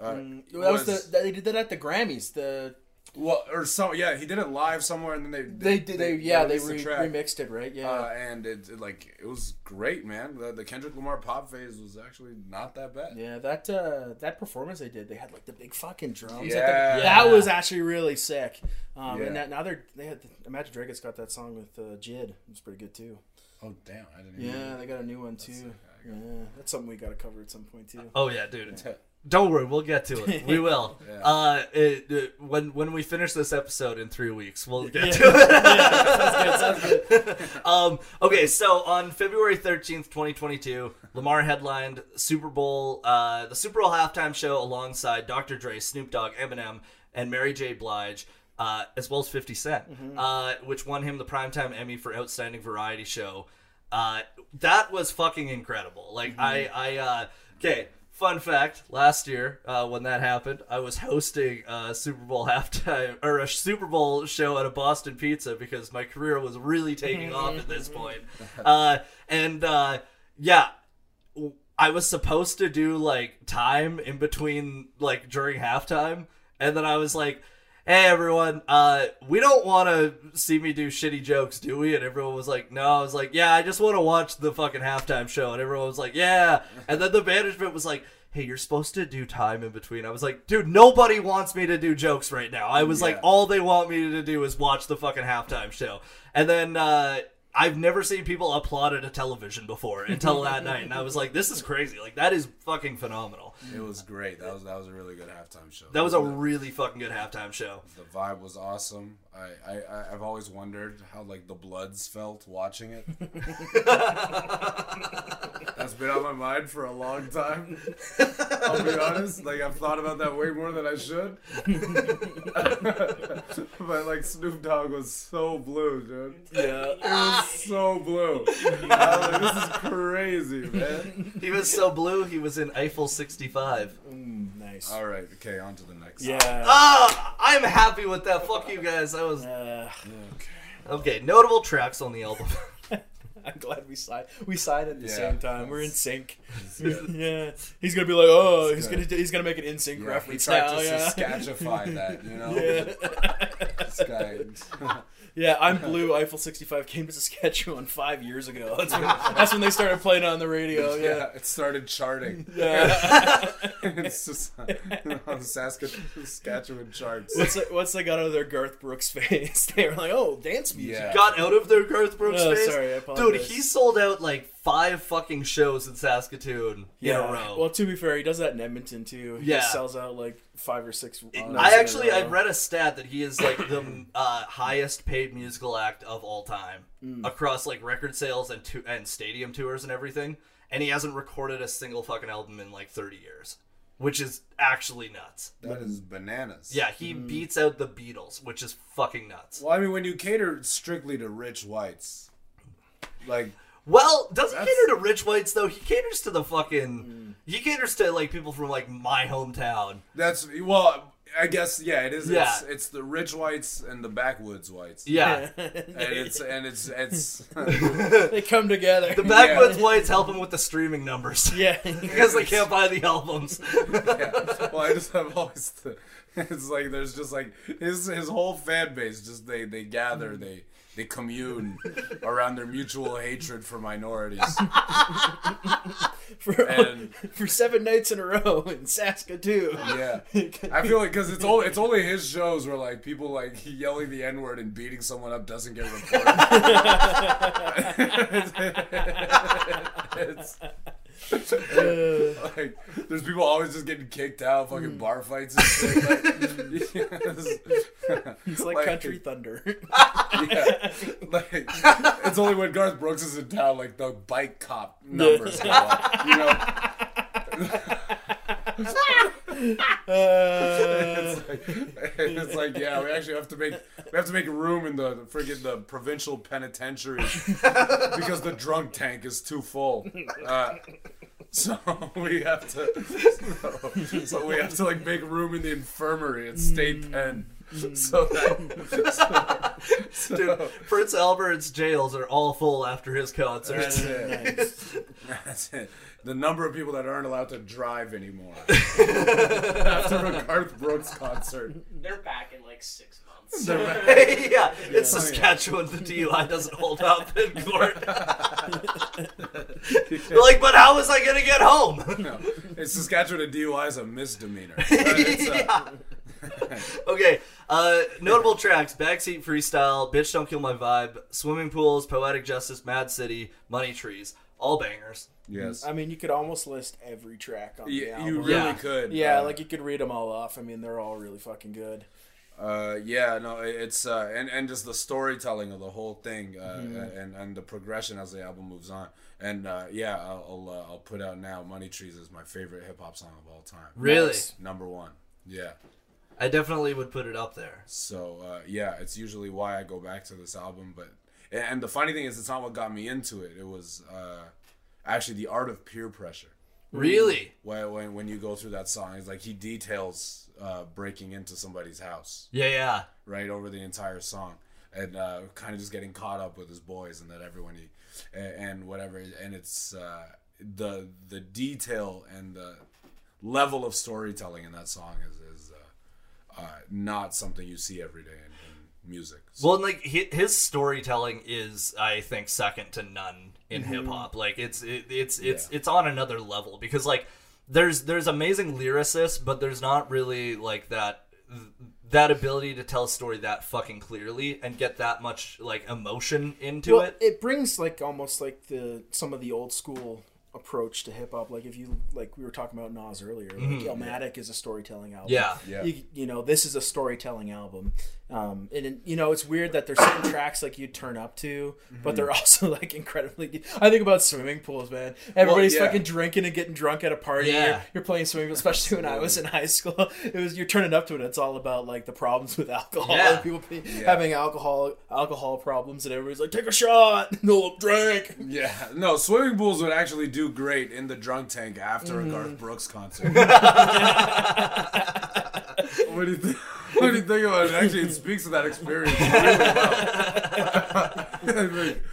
S3: uh,
S2: Mm, that was, the they did that at the Grammys. The
S3: well, or so yeah, he did it live somewhere, and then they
S2: they did they, yeah they
S3: released the
S2: re-
S3: track.
S2: remixed it right yeah.
S3: Uh, and it, it, like it was great, man. The, the Kendrick Lamar pop phase was actually not that bad.
S2: yeah, that uh, that performance they did, they had like the big fucking drums. at the-
S3: Yeah.
S2: that was actually really sick. Um,
S3: Yeah.
S2: And that, now they're they had Imagine Dragons got that song with uh, Jid. It was pretty good too.
S3: Oh damn, I didn't.
S2: Yeah, they got a new one too.
S3: sick. I
S2: Yeah, that's something we got to cover at some point too.
S1: Oh yeah, dude.
S3: Even...
S1: Don't worry, we'll get to it. We will.
S3: Yeah.
S1: Uh, it, it- when when we finish this episode in three weeks, we'll get
S2: Yeah.
S1: to it.
S2: Yeah, sounds good,
S1: Um, okay, so on February thirteenth, twenty twenty two, Lamar headlined Super Bowl, uh, the Super Bowl halftime show alongside Dr. Dre, Snoop Dogg, Eminem, and Mary J. Blige. Uh, as well as 50 cents uh, which won him the Primetime Emmy for Outstanding Variety Show. Uh, that was fucking incredible. Like, I, I, uh, okay, fun fact last year, uh, when that happened, I was hosting a Super Bowl halftime or a Super Bowl show at a Boston Pizza because my career was really taking off at this point. Uh, and, uh, yeah, I was supposed to do like time in between, like during halftime, and then I was like, "Hey everyone, uh, we don't want to see me do shitty jokes, do we?" And everyone was like, "No." I was like, "Yeah, I just want to watch the fucking halftime show," and everyone was like, "Yeah." And then the management was like. Hey, you're supposed to do time in between. I was like, dude, nobody wants me to do jokes right now. I was like,
S3: Yeah.
S1: all they want me to do is watch the fucking halftime show. And then uh, I've never seen people applaud at a television before until that night, and I was like, "This is crazy! Like that is fucking phenomenal.
S3: It was great. That was that was a really good halftime show.
S1: That was a really fucking good halftime show."
S3: the vibe was awesome. I, I I- I've always wondered how like the Bloods felt watching it. That's been on my mind for a long time. I'll be honest. Like I've thought about that way more than I should. but like Snoop Dogg was so blue, dude.
S2: Yeah.
S3: It was so blue. I was like, this is crazy, man.
S1: He was so blue. He was in Eiffel '65.
S2: Mm, nice.
S3: All right, okay, on to the next.
S2: Yeah.
S1: Ah, I'm happy with that. Fuck you guys. I was
S2: Uh,
S1: okay. Notable tracks on the album.
S2: I'm glad we signed. We signed at the
S3: Yeah.
S2: same time. We're in
S3: That's-
S2: sync. yeah, he's gonna be like, oh, he's
S3: good.
S2: gonna he's gonna make an in sync
S3: Yeah, he
S2: reference
S3: tried
S2: now.
S3: to
S2: Yeah.
S3: Saskatchify that, you know? This
S2: yeah.
S3: guy.
S2: yeah, I'm blue. Eiffel 65 came to Saskatchewan five years ago. That's when, that's when they started playing it on the radio. Oh, Yeah.
S3: it started charting.
S2: yeah.
S3: it's just on Sask- Saskatchewan charts.
S2: once, they, once they got out of their Garth Brooks phase, they were like, oh, dance music.
S3: Yeah.
S1: Got out of their Garth Brooks
S2: Oh,
S1: phase.
S2: sorry, I
S1: Dude,
S2: apologize.
S1: he sold out like five fucking shows in Saskatoon in a row.
S2: Well, to be fair, he does that in Edmonton too. He
S1: Yeah.
S2: just sells out like five or six. nights
S1: I
S2: in a
S1: actually
S2: row.
S1: I read a stat that he is like the uh, highest paid musical act of all time across like record sales and to- and stadium tours and everything, and he hasn't recorded a single fucking album in like 30 years, which is actually nuts.
S3: That is bananas.
S1: Yeah, he beats out the Beatles, which is fucking nuts.
S3: Well, I mean, when you cater strictly to rich whites, like,
S1: Well, doesn't
S3: That's-
S1: cater to rich whites though. He caters to the fucking he caters to like people from like my hometown.
S3: that's, well, I guess, yeah, it is. It's,
S1: Yeah.
S3: it's the rich whites and the backwoods whites.
S1: Yeah.
S3: And it's, and it's, it's,
S2: they come together.
S1: The backwoods whites help him with the streaming numbers.
S2: Yeah.
S1: because they can't buy the albums.
S3: yeah. Well, I just have always, th- it's like there's just like his his whole fan base just they they gather they they commune around their mutual hatred for minorities
S2: for
S3: and
S2: for seven nights in a row in Saskatoon.
S3: yeah I feel like because it's only it's only his shows where like people like yelling the n word and beating someone up doesn't get reported. It's-
S2: Uh,
S3: like there's people always just getting kicked out, fucking bar fights and shit. Like, yes.
S2: it's like, Country Thunder.
S3: Yeah. Like it's only when Garth Brooks is in town, like the bike cop numbers go up. You know,
S2: Uh,
S3: it's like, it's like yeah, we actually have to make we have to make room in the friggin' the provincial penitentiary because the drunk tank is too full. Uh, so we have to so, so we have to like make room in the infirmary at state pen. So that so,
S1: Dude, Prince Albert's jails are all full after his
S3: that's
S1: concerts.
S3: it. That's it. The number of people that aren't allowed to drive anymore after a Garth Brooks concert.
S4: They're back in like six months.
S3: They're back.
S1: yeah, it's Saskatchewan. The DUI doesn't hold up in court. They're like, but how was I gonna get home?
S3: No, it's Saskatchewan. A DUI is a misdemeanor. But it's, uh,
S1: yeah. okay. Uh, notable tracks: Backseat Freestyle, Bitch Don't Kill My Vibe, Swimming Pools, Poetic Justice, Mad City, Money Trees. All bangers.
S3: Yes,
S2: I mean, you could almost list every track on the
S3: you,
S2: album.
S3: you really
S1: Yeah.
S3: could.
S2: yeah,
S3: uh,
S2: like you could read them all off. I mean, they're all really fucking good.
S3: uh, yeah, no, it- it's uh, and and just the storytelling of the whole thing, uh,
S2: Mm-hmm.
S3: and and the progression as the album moves on. And uh, yeah, I'll I'll, uh, I'll put out now. Money Trees is my favorite hip hop song of all time.
S1: Really,
S2: Nice.
S3: Number one. Yeah.
S1: I definitely would put it up there.
S3: So uh, yeah, it's usually why I go back to this album. But and- and the funny thing is, it's not what got me into it. It was uh, actually the art of peer pressure.
S1: Really?
S3: When, when when you go through that song, it's like he details uh, breaking into somebody's house
S1: Yeah, yeah.
S3: right over the entire song, and uh, kind of just getting caught up with his boys and that everyone he and, and whatever. And it's uh, the the detail and the level of storytelling in that song is is uh, uh, not something you see every day in, in music. So-
S1: Well, and like hi- his storytelling is, I think, second to none in
S2: Mm-hmm.
S1: hip hop. Like it's it, it's it's it's on another level because like there's there's amazing lyricists, but there's not really like that that ability to tell a story that fucking clearly and get that much like emotion into
S2: well,
S1: it.
S2: it brings like almost like the some of the old school approach to hip hop. Like if you like we were talking about Nas earlier, like
S1: Mm-hmm.
S2: Illmatic is a storytelling album.
S1: Yeah.
S3: Yeah.
S2: You, you know this is a storytelling album, um, and, and, you know it's weird that there's certain tracks like you turn up to, but they're also like incredibly. I think about swimming pools, man. Everybody's
S3: yeah.
S2: fucking drinking and getting drunk at a party.
S1: Yeah.
S2: You're, you're playing swimming, pools, especially when I was in high school. It was you're turning up to it. It's all about like the problems with alcohol
S1: Yeah.
S2: and people people be- having alcohol alcohol problems, and everybody's like, "Take a shot, no drink."
S3: Yeah, no, swimming pools would actually do great in the drunk tank after a
S2: Mm-hmm.
S3: Garth Brooks concert. what do you think? What do you think about it? Actually, it speaks to that experience really well.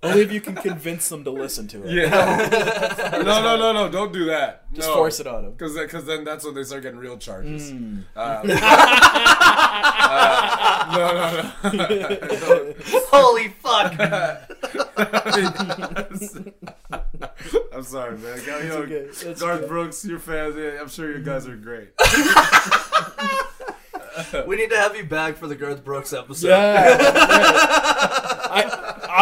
S2: Only if you can convince them to listen to it.
S3: yeah. No, no, no, no! Don't do that.
S2: Just force it Mm. on them.
S3: Because because then that's when they start getting real charges. Uh, uh, no, no, no. Don't-
S1: Holy fuck!
S3: I'm sorry, man. You know,
S2: okay. That's
S3: Garth
S2: okay.
S3: Brooks, your fans. yeah, I'm sure you guys
S1: Mm-hmm.
S3: are great.
S1: we need to have you back for the Garth Brooks episode.
S2: Yeah. I,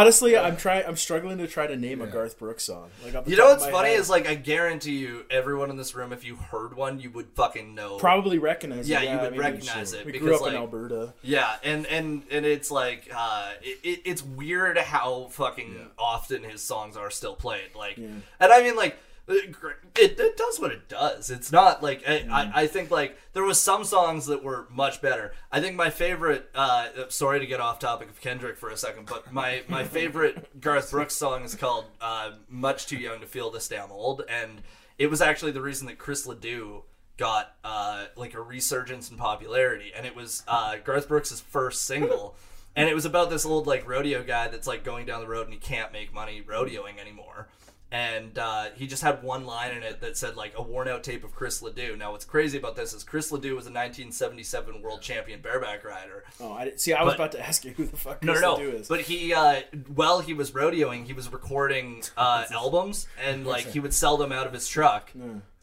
S2: honestly, I'm trying. I'm struggling to try to name a Garth Brooks song. Like off the
S1: You
S2: top
S1: know
S2: of
S1: what's
S2: my
S1: funny
S2: head.
S1: is like I guarantee you, everyone in this room, if you heard one, you would fucking know.
S2: probably recognize.
S1: Yeah,
S2: it.
S1: you would
S2: I mean,
S1: recognize
S2: we-
S1: it
S2: We
S1: because,
S2: grew up
S1: like-
S2: in Alberta.
S1: Yeah, and and and it's like uh, it, it- it's weird how fucking often his songs are still played. Like, and I mean like. It, it, it does what it does. It's not like I, I, I think like there was some songs that were much better. I think my favorite. Uh, sorry to get off topic of Kendrick for a second, but my my favorite Garth Brooks song is called uh, "Much Too Young to Feel This Damn Old," and it was actually the reason that Chris Ledoux got uh, like a resurgence in popularity, and it was uh, Garth Brooks' first single, and it was about this old like rodeo guy that's like going down the road and he can't make money rodeoing anymore, and uh, he just had one line in it that said like a worn out tape of Chris Ledoux. Now what's crazy about this is Chris Ledoux was a 1977 world champion bareback rider.
S2: Oh, I didn't, see. I was
S1: But-
S2: about to ask you who the fuck
S1: No,
S2: Chris
S1: no,
S2: Ledoux
S1: no.
S2: is.
S1: But he, uh, while he was rodeoing, he was recording uh, albums, and like he would sell them out of his truck.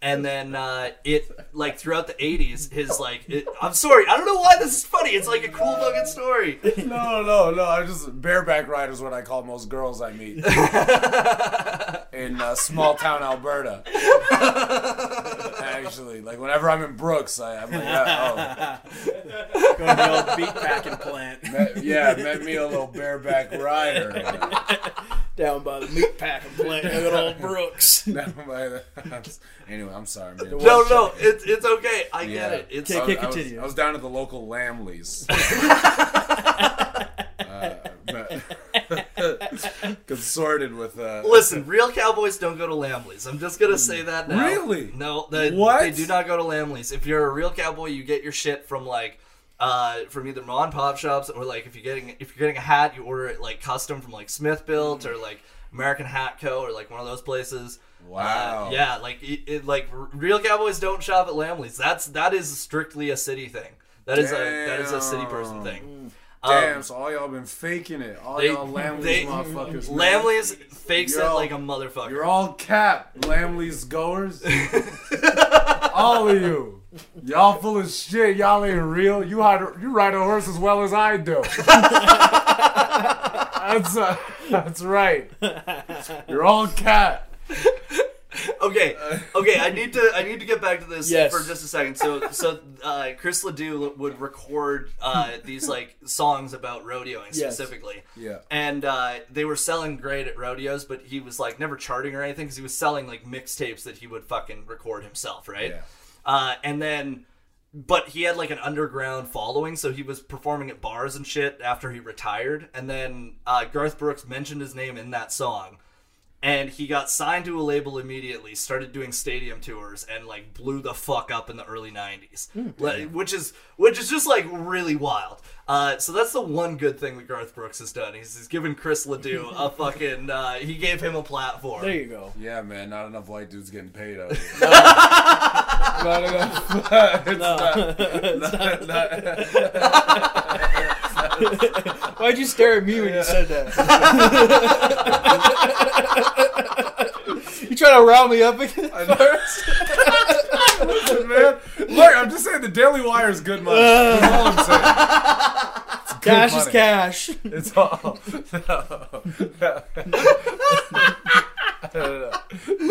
S1: And then uh, it, like throughout the '80s, his like, it, I'm sorry, I don't know why this is funny. It's like a cool fucking story.
S3: No, no, no. I just bareback ride is what I call most girls I meet in uh, small town Alberta. Actually, like whenever I'm in Brooks, I, I'm like, yeah,
S2: Going to the old beat packing plant
S3: oh, met, yeah, met me a little bareback rider.
S2: down by the meat packing plant. Good old Brooks.
S3: Never mind. anyway, I'm sorry, man.
S2: The
S1: No, no, it's it's okay. I
S3: Yeah.
S1: get it. It's
S3: I
S2: Kick it.
S3: was, I was-
S2: continue.
S3: I was down at the local Lamleys. uh, but- consorted with uh,
S1: Listen, real cowboys don't go to Lamleys. I'm just gonna say that now.
S3: Really?
S1: No, they,
S3: What?
S1: they do not go to Lamleys. If you're a real cowboy, you get your shit from like uh from either mom and pop shops or like if you're getting if you're getting a hat, you order it like custom from like Smith Built or like American Hat Co. or like one of those places.
S3: Wow.
S1: Uh, yeah, like it, it, like r- real cowboys don't shop at Lamleys. That's that is strictly a city thing. That is a that is a city person thing.
S3: Damn,
S1: Um,
S3: so all y'all been faking it. All
S1: they-
S3: y'all Lamleys
S1: they-
S3: motherfuckers. man.
S1: Lamleys fakes
S3: Yo.
S1: it like a motherfucker.
S3: You're all cap, Lamleys goers. all of you. Y'all full of shit. Y'all ain't real. You ride, you ride a horse as well as I do. that's, uh, that's right. You're all cat.
S1: Okay,
S3: Uh,
S1: okay. I need to. I need to get back to this
S2: Yes.
S1: for just a second. So, so uh, Chris Ledoux would record uh, these like songs about rodeoing
S2: Yes.
S1: specifically,
S3: Yeah.
S1: and uh, they were selling great at rodeos. But he was like never charting or anything because he was selling like mixtapes that he would fucking record himself, right?
S3: Yeah.
S1: Uh, and then, but he had like an underground following, so he was performing at bars and shit after he retired. And then uh, Garth Brooks mentioned his name in that song and he got signed to a label immediately started doing stadium tours and like blew the fuck up in the early 90s Like, which is which is just like really wild uh, so that's the one good thing that garth brooks has done he's, he's given chris ledoux a fucking uh, he gave him a platform
S2: There you go.
S3: Yeah, man. Not enough white dudes getting paid out here. not enough. it's
S2: No.
S3: not- not- not-
S2: Why'd you stare at me when you said that? you trying to rile me up again?
S3: Listen, man. Look, I'm just saying the Daily Wire is good money. That's all I'm saying.
S2: Cash
S3: money.
S2: is cash.
S3: It's all. No. No, no, no.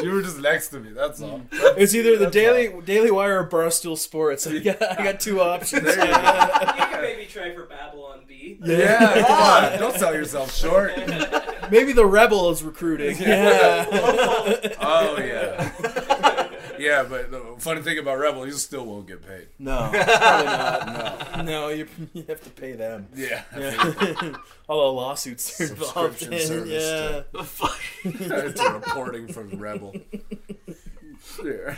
S3: You were just next to me. That's all.
S2: It's either the
S3: That's
S2: Daily Daily Wire or Barstool Sports. I got, I got two options.
S3: There you go.
S4: You can maybe try for Babylon B.
S3: Yeah, come on. Don't sell yourself short.
S2: Maybe the Rebel is recruiting. Yeah.
S3: Oh yeah. Yeah, but the funny thing about Rebel, you still won't get paid.
S2: no, probably not. No, you, you have to pay them.
S3: Yeah.
S2: All the lawsuits they're involved
S3: Subscription
S2: in.
S3: service
S2: yeah.
S1: Fuck.
S3: it's a reporting from Rebel. Yeah.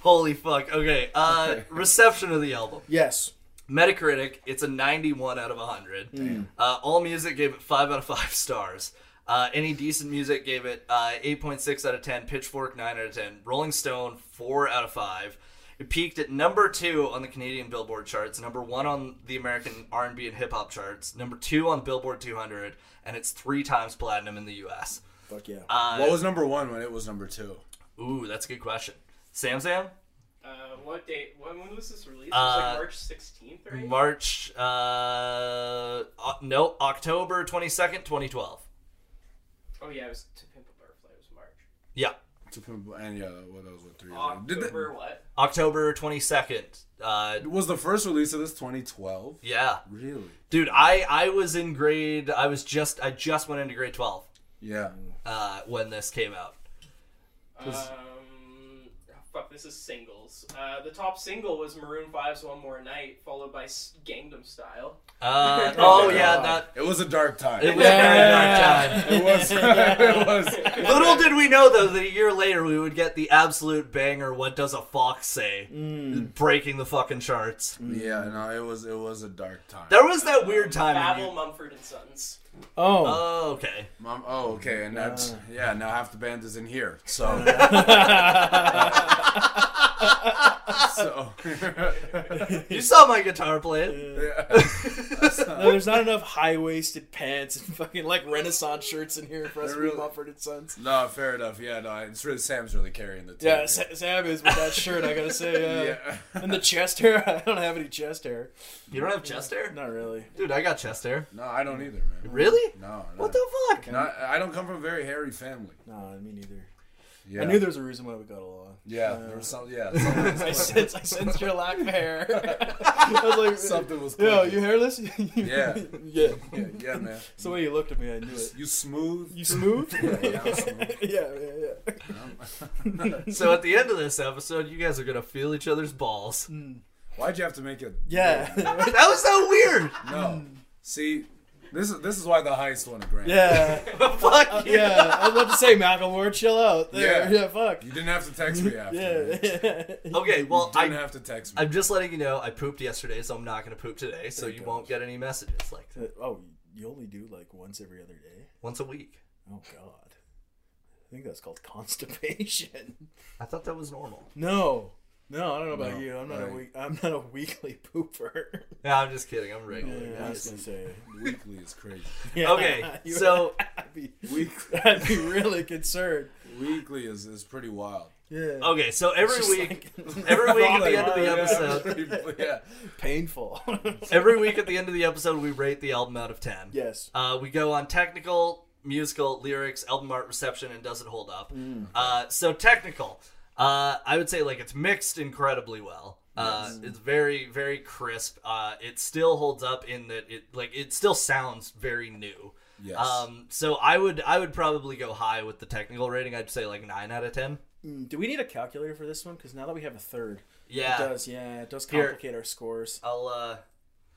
S1: holy fuck okay uh, reception of the album
S2: Yes.
S1: Metacritic, it's a 91 out of 100. Uh, All Music gave it 5 out of 5 stars. Uh, Any Decent Music gave it uh, 8.6 out of 10. Pitchfork, 9 out of 10. Rolling Stone, 4 out of 5. It peaked at number 2 on the Canadian Billboard charts, number 1 on the American R&B and hip-hop charts, number 2 on Billboard 200, and it's 3 times platinum in the U.S.
S2: Fuck yeah.
S3: What was number one when it was number two?
S1: Ooh, that's a good question. Sam Sam?
S4: Uh, what date? When, when was this released? It was
S1: Uh,
S4: like March 16th, right?
S1: March, uh, o- no, October 22nd, 2012.
S4: oh yeah, it was To Pimp a Butterfly. It was March.
S1: Yeah.
S3: And yeah, what that was what three? Did that-
S4: October what?
S1: October 22nd. Uh,
S3: was the first release of this 2012?
S1: yeah.
S3: Really?
S1: Dude, I, I was in grade, I was just, I just went into grade 12
S3: Yeah.
S1: uh, when this came out.
S4: Um, oh, fuck. This is singles. Uh, the top single was Maroon 5's "One More Night," followed by S- Gangnam Style.
S1: Uh, oh yeah, that
S3: It was a dark time.
S1: it was a very dark time.
S3: It was. it was.
S1: Little did we know, though, that a year later we would get the absolute banger. What does a fox say? Breaking the fucking charts.
S3: Yeah, no, it was. It was a dark time.
S1: There was that weird time. when
S4: Babel,
S1: you-
S4: Mumford and Sons.
S2: Oh.
S3: Uh,
S1: Oh, okay.
S3: Mom, oh, okay, and that's yeah. Now half the band is in here, so. so.
S1: You saw my guitar playing.
S2: No, there's not enough high waisted pants and fucking like Renaissance shirts in here for us to be
S3: really-
S2: Mumford and Sons.
S3: no, fair enough. Yeah, no, it's really Sam's really carrying the team.
S2: Yeah,
S3: here.
S2: Sa- Sam is with that shirt. I gotta say, uh,
S3: yeah.
S2: and the chest hair. I don't have any chest hair.
S1: You don't have chest hair?
S2: Not really.
S1: Dude, I got chest hair.
S3: No, I don't either, man.
S1: Really?
S3: No. no.
S1: What the fuck?
S3: No, I don't come from a very hairy family.
S2: No, me neither.
S3: Yeah.
S2: I knew there was a reason why we got along.
S3: Yeah, there was some. Yeah, something,
S2: I sense, I sense your lack of hair. I was like,
S3: something was.
S2: Yo,
S3: clicking.
S2: you hairless?
S3: Yeah.
S2: yeah.
S3: Yeah, yeah, man.
S2: So when you looked at me, I knew it.
S3: You smooth.
S2: You smooth?
S3: Yeah, yeah, I'm smooth.
S2: yeah, yeah, yeah.
S1: So at the end of this episode, you guys are gonna feel each other's balls.
S3: Hmm. Why'd you have to make it?
S2: Yeah.
S1: That was so weird.
S3: No. See, this is this is why the heist won a Grammy.
S2: yeah.
S1: fuck you.
S2: Yeah. I was about to say, Macklemore, chill out. There. Yeah.
S3: Yeah.
S2: fuck.
S3: You didn't have to text me after. man.
S2: Yeah.
S1: Okay, well,
S3: You didn't
S1: I,
S3: have to text me.
S1: I'm just letting you know I pooped yesterday, so I'm not gonna poop today, so you won't get any messages like that.
S2: oh, you only do like once every other day?
S1: Once a week.
S2: Oh, God. I think that's called constipation.
S1: I thought that was normal.
S2: No. No, I don't know about
S3: No,
S2: you. I'm not a
S3: right.
S2: week. I'm not a weekly pooper.
S1: Yeah, I'm just kidding. I'm regular.
S2: Yeah, I was gonna say.
S3: Weekly is crazy.
S2: Yeah,
S1: Okay,
S2: you-
S1: so-
S2: I'd be,
S3: Week,
S2: I'd be really concerned.
S3: weekly is, is pretty wild.
S2: Yeah.
S1: Okay, so every
S2: Just
S1: week,
S2: like-
S1: every week at the end of
S2: Probably,
S1: the
S3: Yeah,
S1: episode,
S3: pretty- yeah.
S2: painful.
S1: every week at the end of the episode, we rate the album out of ten.
S2: yes.
S1: Uh, we go on technical, musical, lyrics, album art, reception, and does it hold up? Uh, so technical, uh, I would say like it's mixed incredibly well. Uh, It's very very crisp. Uh, it still holds up in that it like it still sounds very new.
S3: Yes.
S1: Um, so I would I would probably go high with the technical rating. I'd say like nine out of ten.
S2: Mm, Do we need a calculator for this one? Because now that we have a third,
S1: Yeah.
S2: it does. Yeah, it does
S1: Here.
S2: complicate our scores.
S1: I'll uh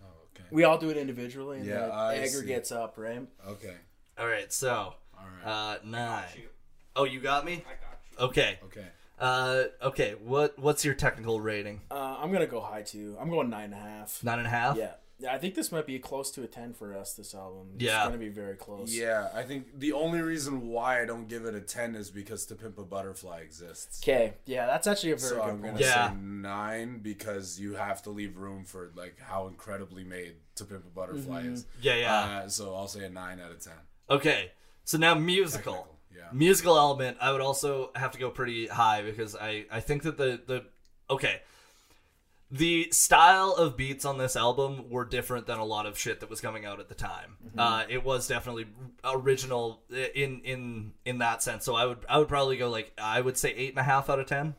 S3: Oh, okay.
S2: We all do it individually, and
S3: Yeah,
S2: then it
S3: I
S2: aggregates up, right?
S3: Okay.
S1: all right, so
S3: All right.
S1: uh nine.
S4: Shoot,
S1: Oh, you got me?
S4: I got you.
S1: Okay.
S3: okay.
S1: Uh okay, what what's your technical rating?
S2: Uh, I'm gonna go high too. I'm going nine and a half.
S1: Nine and a half?
S2: Yeah, yeah. I think this might be close to a ten for us. This album.
S1: Yeah.
S2: it's gonna be very close.
S3: Yeah, I think the only reason why I don't give it a 10 is because To Pimp a Butterfly exists.
S2: Okay. Yeah, that's actually a very
S3: So
S2: good
S3: I'm
S2: point.
S3: going to
S1: Yeah.
S3: say 9 because you have to leave room for like how incredibly made To Pimp a Butterfly is.
S1: Yeah, yeah.
S3: Uh, so I'll say a 9 out of 10.
S1: okay. So now musical.
S3: Technical, yeah.
S1: Musical element, I would also have to go pretty high because I I think that the the okay. The style of beats on this album were different than a lot of shit that was coming out at the time.
S3: Mm-hmm.
S1: Uh, it was definitely original in in in that sense. So I would I would probably go like I would say eight and a half out of ten.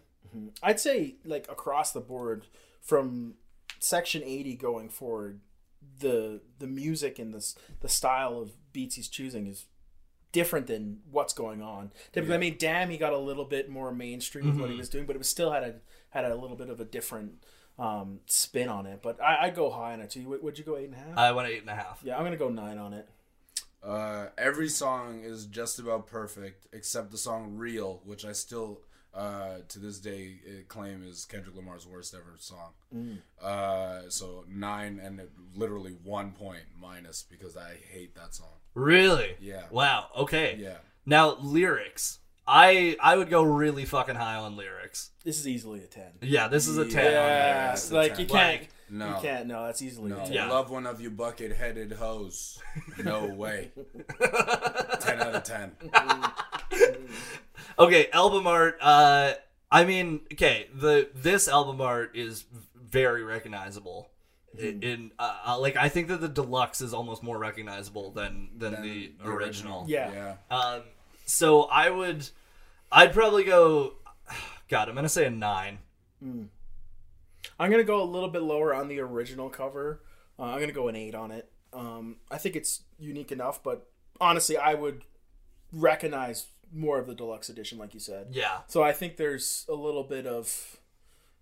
S2: I'd say like across the board from section 80 going forward the the music and the s- the style of beats he's choosing is different than what's going on. Typically, I mean, damn, he got a little bit more mainstream with what he was doing, but it was still had a had a little bit of a different um, spin on it. But I, I'd go high on it too. Would, would you go eight and a half?
S1: I went eight and a half.
S2: yeah, I'm gonna go nine on it.
S3: Uh, every song is just about perfect except the song "Real," which I still uh, to this day uh, claim is Kendrick Lamar's worst ever song.
S1: Mm.
S3: Uh, so nine and literally one point minus because I hate that song.
S1: Really?
S3: Yeah.
S1: Wow. Okay.
S3: Yeah,
S1: Now lyrics. I I would go really fucking high on lyrics.
S2: This is easily a ten.
S1: Yeah, this is a ten.
S2: Yeah,
S3: it's a
S2: like
S3: 10.
S2: you can't,
S1: Like,
S3: no,
S2: you can't. No, that's easily a
S3: no.
S2: ten.
S1: Yeah.
S3: Love one of you bucket-headed hoes. No way. ten out of ten.
S1: Okay, album art. Uh, I mean, okay, the this album art is very recognizable. I- In, uh, uh, like, I think that the deluxe is almost more recognizable than than,
S3: Than
S1: the
S3: the
S1: original.
S3: original.
S2: Yeah.
S3: Yeah.
S1: Um, so I would, I'd probably go. God, I'm gonna say a nine.
S2: I'm gonna go a little bit lower on the original cover. Uh, I'm gonna go an eight on it. Um, I think it's unique enough, but honestly, I would recognize more of the deluxe edition, like you said.
S1: Yeah.
S2: So I think there's a little bit of,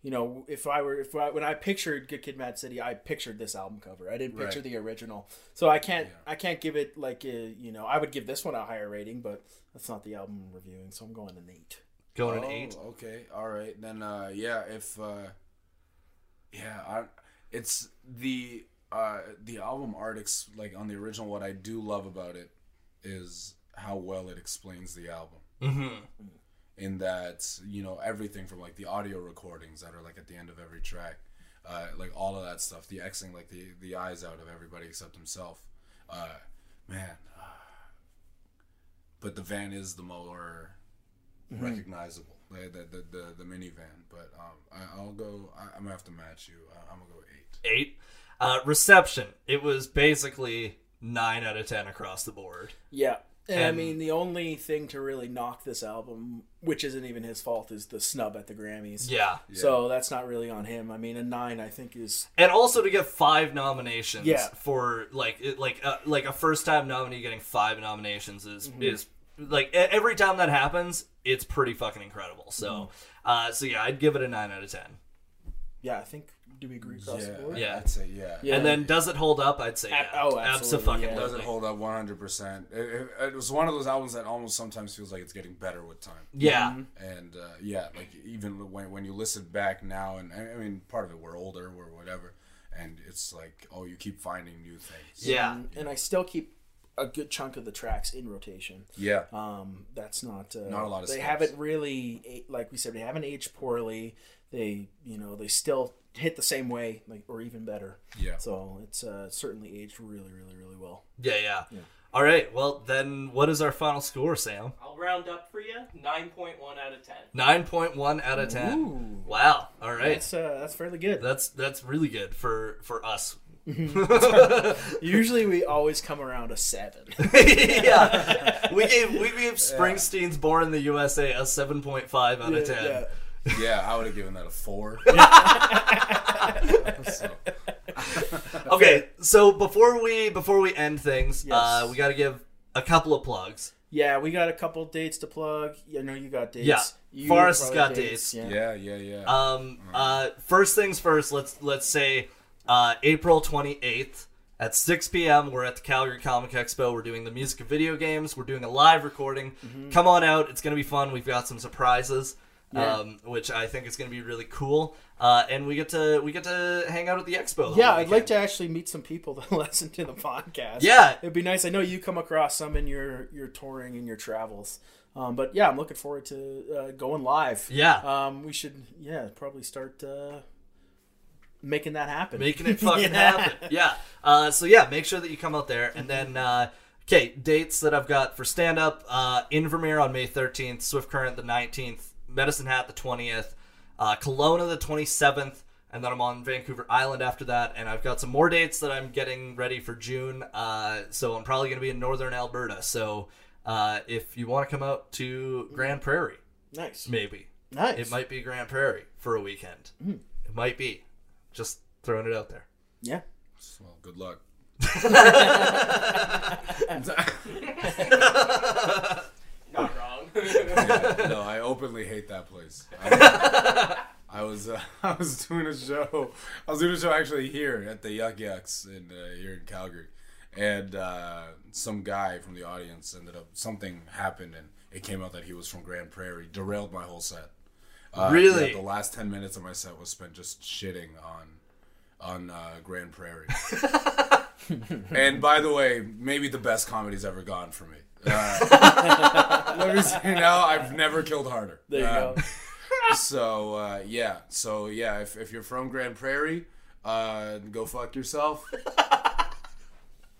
S2: you know, if I were if I, when I pictured Good Kid, Mad City, I pictured this album cover. I didn't picture
S3: Right.
S2: the original, so I can't I can't give it like a, you know I would give this one a higher rating, but that's not the album I'm reviewing, so I'm going an eight.
S1: Going
S3: Oh,
S1: an eight.
S3: Okay, all right. Then uh yeah, if uh yeah, I it's the uh the album art ex- like on the original what I do love about it is how well it explains the album.
S1: Mm-hmm.
S3: in that you know everything from like the audio recordings that are like at the end of every track uh, like all of that stuff the xing like the the eyes out of everybody except himself uh, man but the van is the more recognizable the, the, the, the, the minivan but um, I, i'll go I, i'm gonna have to match you I, i'm gonna go eight
S1: Eight. Uh, reception. It was basically nine out of ten across the board.
S2: Yeah. And, I
S1: And-
S2: mean, the only thing to really knock this album, which isn't even his fault, is the snub at the Grammys.
S1: Yeah.
S2: So that's not really on him. I mean, a nine, I think, is
S1: and also to get five nominations
S2: Yeah.
S1: for like it- like uh, like a first time nominee getting five nominations is
S2: Mm-hmm.
S1: is like e- every time that happens it's pretty fucking incredible so
S2: Mm-hmm.
S1: uh so yeah i'd give it a 9 out of 10
S2: yeah. I think do we agree across the
S3: yeah,
S2: board?
S1: Yeah.
S3: i'd say yeah
S2: Yeah.
S1: and then does it hold up i'd say yeah.
S2: Ab- oh, absolutely, yeah.
S3: doesn't
S1: absolutely
S3: hold up 100% it, it, it was one of those albums that almost sometimes feels like it's getting better with time
S1: yeah
S2: mm-hmm.
S3: and uh, yeah, like even when when you listen back now, and I I mean, part of it we're older, we're whatever, and it's like, oh, you keep finding new things.
S1: yeah
S2: And, and I still keep a good chunk of the tracks in rotation.
S3: yeah,
S2: Um, that's not uh,
S3: Not a lot of
S2: They
S3: skips.
S2: haven't really, a- like we said, they haven't aged poorly. They, you know, they still hit the same way, like or even better.
S3: yeah.
S2: So it's uh, certainly aged really, really, really well.
S1: yeah yeah all right well then what is our final score sam
S4: I'll round up for you. 9.1 out of 10.
S1: 9.1 out of 10
S2: Ooh.
S1: wow all right
S2: That's uh, that's fairly good.
S1: that's that's really good for for us
S2: Usually we always come around a seven.
S1: yeah, we gave we gave Springsteen's "Born in the USA" a seven point five out of ten.
S2: Yeah.
S3: yeah, I would have given that a four. So,
S1: Okay, so before we before we end things, uh,
S2: Yes.
S1: we got to give a couple of plugs.
S2: Yeah, we got a couple dates to plug. I know you got dates.
S1: Yeah.
S2: You
S1: Forrest's
S2: probably
S1: got
S2: have
S1: dates.
S2: Yeah.
S3: yeah, yeah, yeah.
S1: Um, uh, first things first, let's let's say uh, April twenty eighth at six p.m. We're at the Calgary Comic Expo. We're doing the music of video games. We're doing a live recording. Come on out; it's gonna be fun. We've got some surprises.
S2: Mm-hmm. Yeah.
S1: Um, which I think is going to be really cool, uh, and we get to we get to hang out at the expo. the
S2: Yeah,
S1: whole
S2: I'd like
S1: weekend.
S2: to actually meet some people that listen to the podcast.
S1: Yeah,
S2: It'd be nice. I know you come across some in your your touring and your travels. Um, but yeah, I'm looking forward to uh, going live.
S1: Yeah.
S2: Um, we should yeah, probably start uh, making that happen.
S1: making it fucking
S2: Yeah.
S1: happen. Yeah. Uh, so yeah, make sure that you come out there, and then uh, okay, dates that I've got for stand up: uh, Invermere on May thirteenth, Swift Current the nineteenth, Medicine Hat the twentieth, uh, Kelowna the twenty seventh. And then I'm on Vancouver Island after that, and I've got some more dates that I'm getting ready for June. Uh, so I'm probably going to be in northern Alberta. So uh, if you want to come out to Grand Prairie,
S2: Nice.
S1: maybe
S2: Nice.
S1: it might be Grand Prairie for a weekend. It might be. Just throwing it out there.
S2: Yeah.
S3: well, good luck.
S4: Not wrong.
S3: Yeah, no, I openly hate that place. I, I was uh, I was doing a show. I was doing a show actually here at the Yuck Yucks in uh, here in Calgary, and uh, some guy from the audience ended up something happened, and it came out that he was from Grand Prairie. Derailed my whole set. Uh,
S1: Really?
S3: yeah, the last ten minutes of my set was spent just shitting on on uh, Grand Prairie. and by the way, maybe the best comedy's ever gone for me. Uh, let me say now, I've never killed harder.
S2: There you
S3: Um,
S2: go.
S3: So uh, yeah, so yeah, if, if you're from Grand Prairie, uh, go fuck yourself.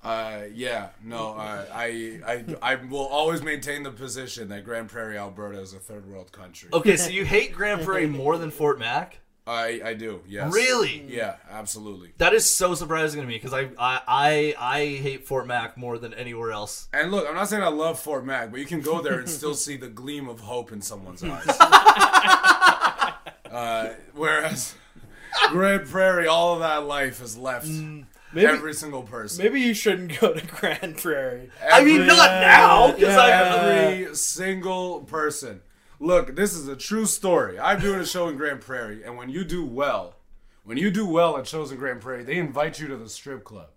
S3: Uh, yeah, no, uh, I, I, I will always maintain the position that Grand Prairie, Alberta, is a third world country.
S1: Okay, so you hate Grand Prairie more than Fort Mac?
S3: I, I do. Yes.
S1: Really?
S3: Yeah, absolutely.
S1: That is so surprising to me because I, I I I hate Fort Mac more than anywhere else.
S3: And look, I'm not saying I love Fort Mac, but you can go there and still see the gleam of hope in someone's eyes. uh, whereas Grand Prairie, all of that life is left
S2: Maybe
S3: every single person.
S2: maybe you shouldn't go to Grand Prairie.
S1: I mean,
S3: Every-
S1: not now because
S2: yeah.
S1: I'm.
S3: every single person. Look, this is a true story. I'm doing a show in Grand Prairie, and when you do well, when you do well at shows in Grand Prairie, they invite you to the strip club.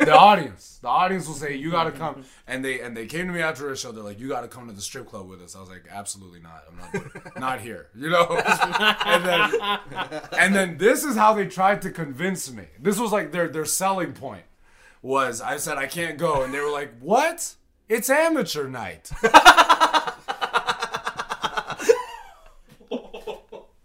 S3: The audience, the audience will say, "You gotta come," and they and they came to me after a show. They're like, "You gotta come to the strip club with us." I was like, "Absolutely not. I'm not doing it. not here." You know. and then and then this is how they tried to convince me. This was like their their selling point was I said I can't go, and they were like, "What? It's amateur night."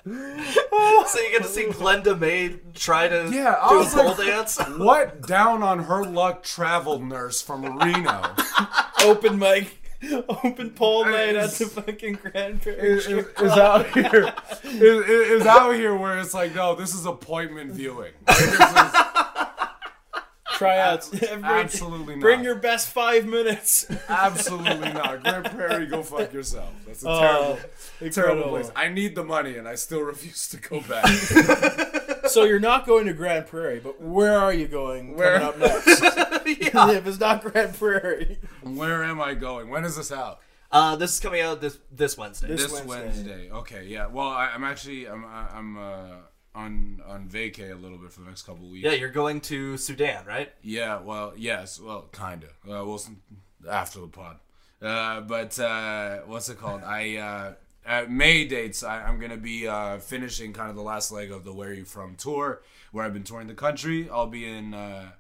S1: So you get to see Glenda May try to
S3: Yeah, I
S1: do a
S3: was like-
S1: pole dance.
S3: What down on her luck travel nurse from Reno?
S2: open mic, open poll night at
S3: It's-
S2: the fucking Grand Prairie.
S3: is, is, is out here is, is, is out here where it's like no this is appointment viewing Like, this is
S2: Tryouts. Every-
S3: absolutely not
S2: Bring your best five minutes.
S3: absolutely not Grand Prairie go fuck yourself that's a
S2: Oh,
S3: terrible terrible
S2: incredible.
S3: place I need the money and I still refuse to go back
S2: So you're not going to Grand Prairie, but where are you going?
S3: Where-
S2: Coming up next? if it's not Grand Prairie,
S3: where am I going when is this out
S1: Uh, this is coming out this this Wednesday.
S2: This-
S3: this Wednesday. Okay, yeah. Well, I, I'm actually I'm I- I'm uh, on on vacay a little bit for the next couple weeks.
S1: yeah, you're going to Sudan, right?
S3: Yeah, well, yes, well, kinda. Uh, we'll s- after the pod. Uh, but uh, what's it called? I uh, at May dates. I, I'm gonna be uh, finishing kind of the last leg of the Where You From tour, where I've been touring the country. I'll be in. Uh,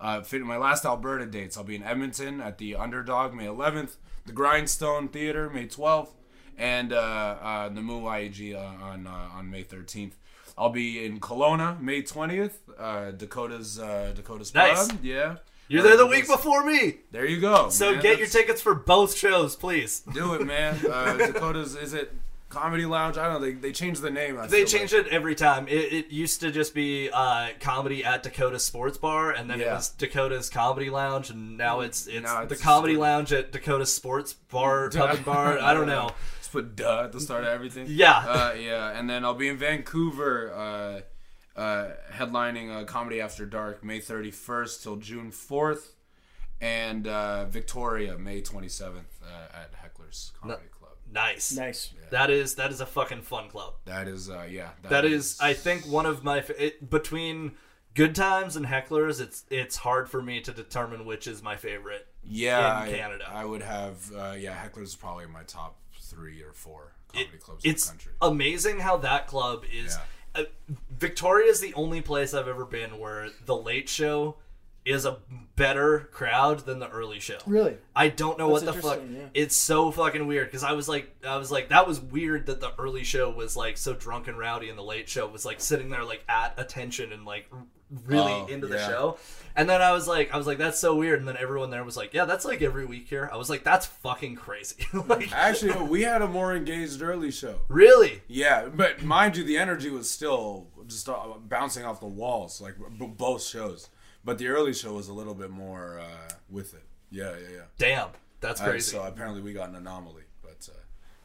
S3: uh, fit my last Alberta dates. I'll be in Edmonton at the Underdog May 11th, the Grindstone Theater May 12th, and uh, uh, the Moo IEG uh, on uh, on May 13th. I'll be in Kelowna May 20th, uh, Dakota's uh, Dakota's
S1: Nice.
S3: Pub. Yeah,
S1: You're there the
S3: Uh,
S1: week before me.
S3: There you go.
S1: So
S3: man.
S1: get your
S3: That's-
S1: tickets for both shows, please.
S3: do it, man. Uh, Dakota's is it Comedy Lounge? I don't know. They they changed the name. I
S1: They
S3: feel
S1: change
S3: like.
S1: it every time. It, it used to just be uh, comedy at Dakota Sports Bar, and then it
S3: Yeah.
S1: was Dakota's Comedy Lounge, and now it's it's
S3: Now
S1: the
S3: it's-
S1: Comedy Lounge at Dakota Sports Bar Pub and Bar. I don't know.
S3: Just put duh at the start of everything.
S1: Yeah.
S3: Uh, yeah, and then I'll be in Vancouver, uh, uh, headlining uh, Comedy After Dark May 31st till June 4th, and uh, Victoria May 27th uh, at Heckler's Comedy Club.
S1: Nice.
S2: nice.
S1: That is that is a fucking fun club.
S3: That is, uh, yeah.
S1: That is, I think, one of my fa- it, between good times and hecklers. It's it's hard for me to determine which is my favorite.
S3: yeah,
S1: in
S3: I-
S1: Canada.
S3: I, would have, uh, yeah, Heckler's is probably my top three or four comedy clubs in the
S1: It's
S3: country.
S1: amazing how that club is. Uh, Victoria is the only place I've ever been where the late show is a better crowd than the early show.
S2: Really?
S1: I don't know what
S2: That's
S1: the fuck.
S2: interesting, yeah.
S1: It's so fucking weird because I was like, I was like, that was weird that the early show was like so drunk and rowdy, and the late show was like sitting there like at attention and like r- really
S3: Oh,
S1: into the
S3: yeah.
S1: show. And then I was like, I was like, that's so weird. And then everyone there was like, yeah, that's like every week here. I was like, that's fucking crazy. like,
S3: Actually, no, we had a more engaged early show.
S1: really?
S3: Yeah, but mind you, the energy was still just uh, bouncing off the walls, like b- both shows. But the early show was a little bit more uh, with it. Yeah, yeah, yeah.
S1: Damn, that's
S3: Uh,
S1: crazy.
S3: so apparently we got an anomaly, but uh,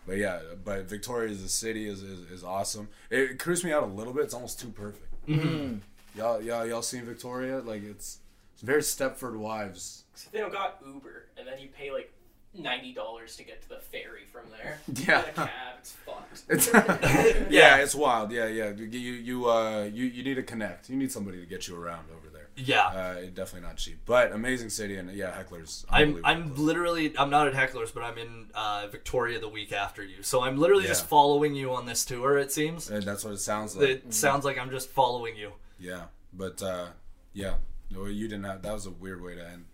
S3: but yeah, but Victoria as a city is is, is awesome. It, it crews me out a little bit. It's almost too perfect. Y'all, y'all, y'all seen Victoria? Like it's it's very Stepford Wives.
S4: So they don't got Uber, and then you pay like ninety dollars to get to the ferry from there.
S3: Yeah.
S4: Get a cab, it's fucked.
S3: It's yeah, it's wild. Yeah, yeah. You you you, uh, you you need to connect. You need somebody to get you around over there.
S1: yeah.
S3: Uh, definitely not cheap, but amazing city and yeah, hecklers.
S1: I'm
S3: unbelievable.
S1: I'm literally I'm not at Heckler's, but I'm in uh, Victoria the week after you. So I'm literally just
S3: Yeah.
S1: following you on this tour. It seems.
S3: And Uh, that's what it sounds like.
S1: It sounds like I'm just following you.
S3: yeah, but uh, yeah, no, you didn't have. That was a weird way to end.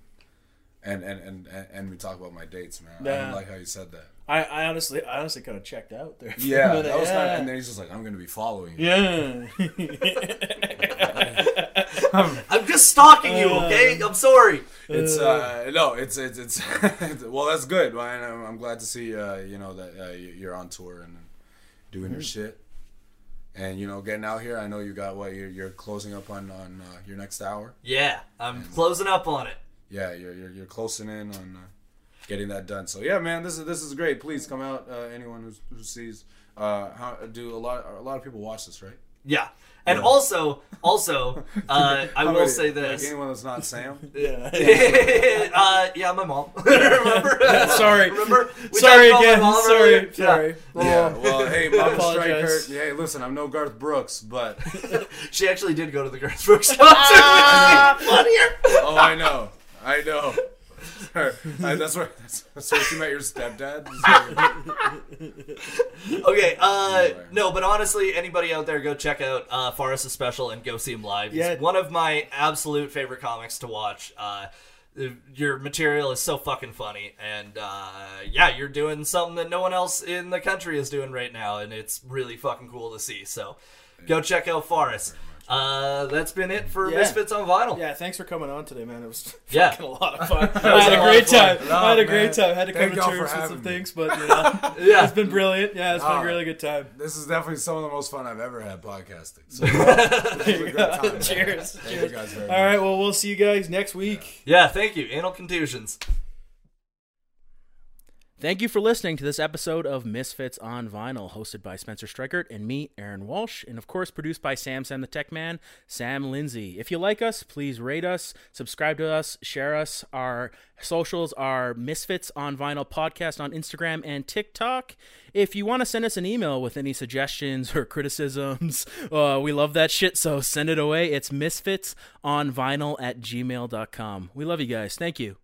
S3: And and and and, and we talk about my dates, man. I
S2: Nah.
S3: didn't like how you said that.
S2: I, I honestly, I honestly kind of checked out there. for a
S3: Yeah,
S2: minute.
S3: that was kind
S2: yeah.
S3: of. And then he's just like, I'm gonna be following you.
S2: Yeah.
S1: I'm just stalking you. Okay, I'm sorry.
S3: It's uh no, it's it's it's well, that's good, man. I'm, I'm glad to see uh you know that uh, you- you're on tour and doing your shit, and you know getting out here. I know you got what you're, you're closing up on on uh, your next hour.
S1: Yeah, I'm closing up on it.
S3: Yeah, you're you're, you're closing in on uh, getting that done. So yeah, man, this is this is great. Please come out, uh, anyone who's, who sees. Uh, how do a lot a lot of people watch this, right?
S1: Yeah. And also, also, uh, I will say
S3: Like
S1: this.
S3: anyone that's not Sam.
S5: Yeah.
S1: uh, yeah, my mom. remember?
S5: Sorry.
S1: Remember? We
S5: sorry
S1: talked about my
S5: again.
S1: mom
S5: Sorry.
S1: earlier? Yeah.
S5: Sorry.
S3: yeah. Well, hey, Mama Striker.
S5: Apologize.
S3: Hey, listen, I'm no Garth Brooks, but
S1: She actually did go to the Garth Brooks concert. Funnier.
S3: oh, I know, I know. Her- I- that's where that's, that's where you met your stepdad.
S1: Okay. Uh, no, but honestly, anybody out there, go check out uh, Forrest's special and go see him live.
S5: Yeah.
S1: He's one of my absolute favorite comics to watch. Uh, your material is so fucking funny, and uh, yeah, you're doing something that no one else in the country is doing right now, and it's really fucking cool to see. So, go check out Forrest. Uh, that's been it for
S5: Yeah.
S1: Misfits on Vinyl.
S5: Yeah, thanks for coming on today, man. It was
S1: Yeah.
S5: fucking a lot of fun.
S1: was
S5: I had
S1: a
S5: a
S1: lot
S5: great
S1: of
S5: time.
S1: fun.
S5: I had a
S3: Oh,
S5: great
S3: man.
S5: time. I had to come
S3: Thank
S5: to
S3: y'all for
S5: terms with some
S3: having me.
S5: things, but you know,
S1: Yeah.
S5: it's been brilliant. Yeah, it's been
S3: Oh.
S5: a really good time.
S3: This is definitely some of the most fun I've ever had podcasting. So, this was a good time.
S5: Cheers.
S3: Thank you
S5: Cheers.
S3: guys very much.
S5: All right, well, we'll see you guys next week.
S1: Yeah, thank you. Anal contusions.
S2: Thank you for listening to this episode of Misfits on Vinyl, hosted by Spencer Streichert and me, Aaron Walsh, and of course produced by Sam Sam the Tech Man, Sam Lindsay. If you like us, please rate us, subscribe to us, share us. Our socials are Misfits on Vinyl Podcast on Instagram and TikTok. If you want to send us an email with any suggestions or criticisms, uh, we love that shit, so send it away. It's misfitsonvinyl at gmail.com. We love you guys. Thank you.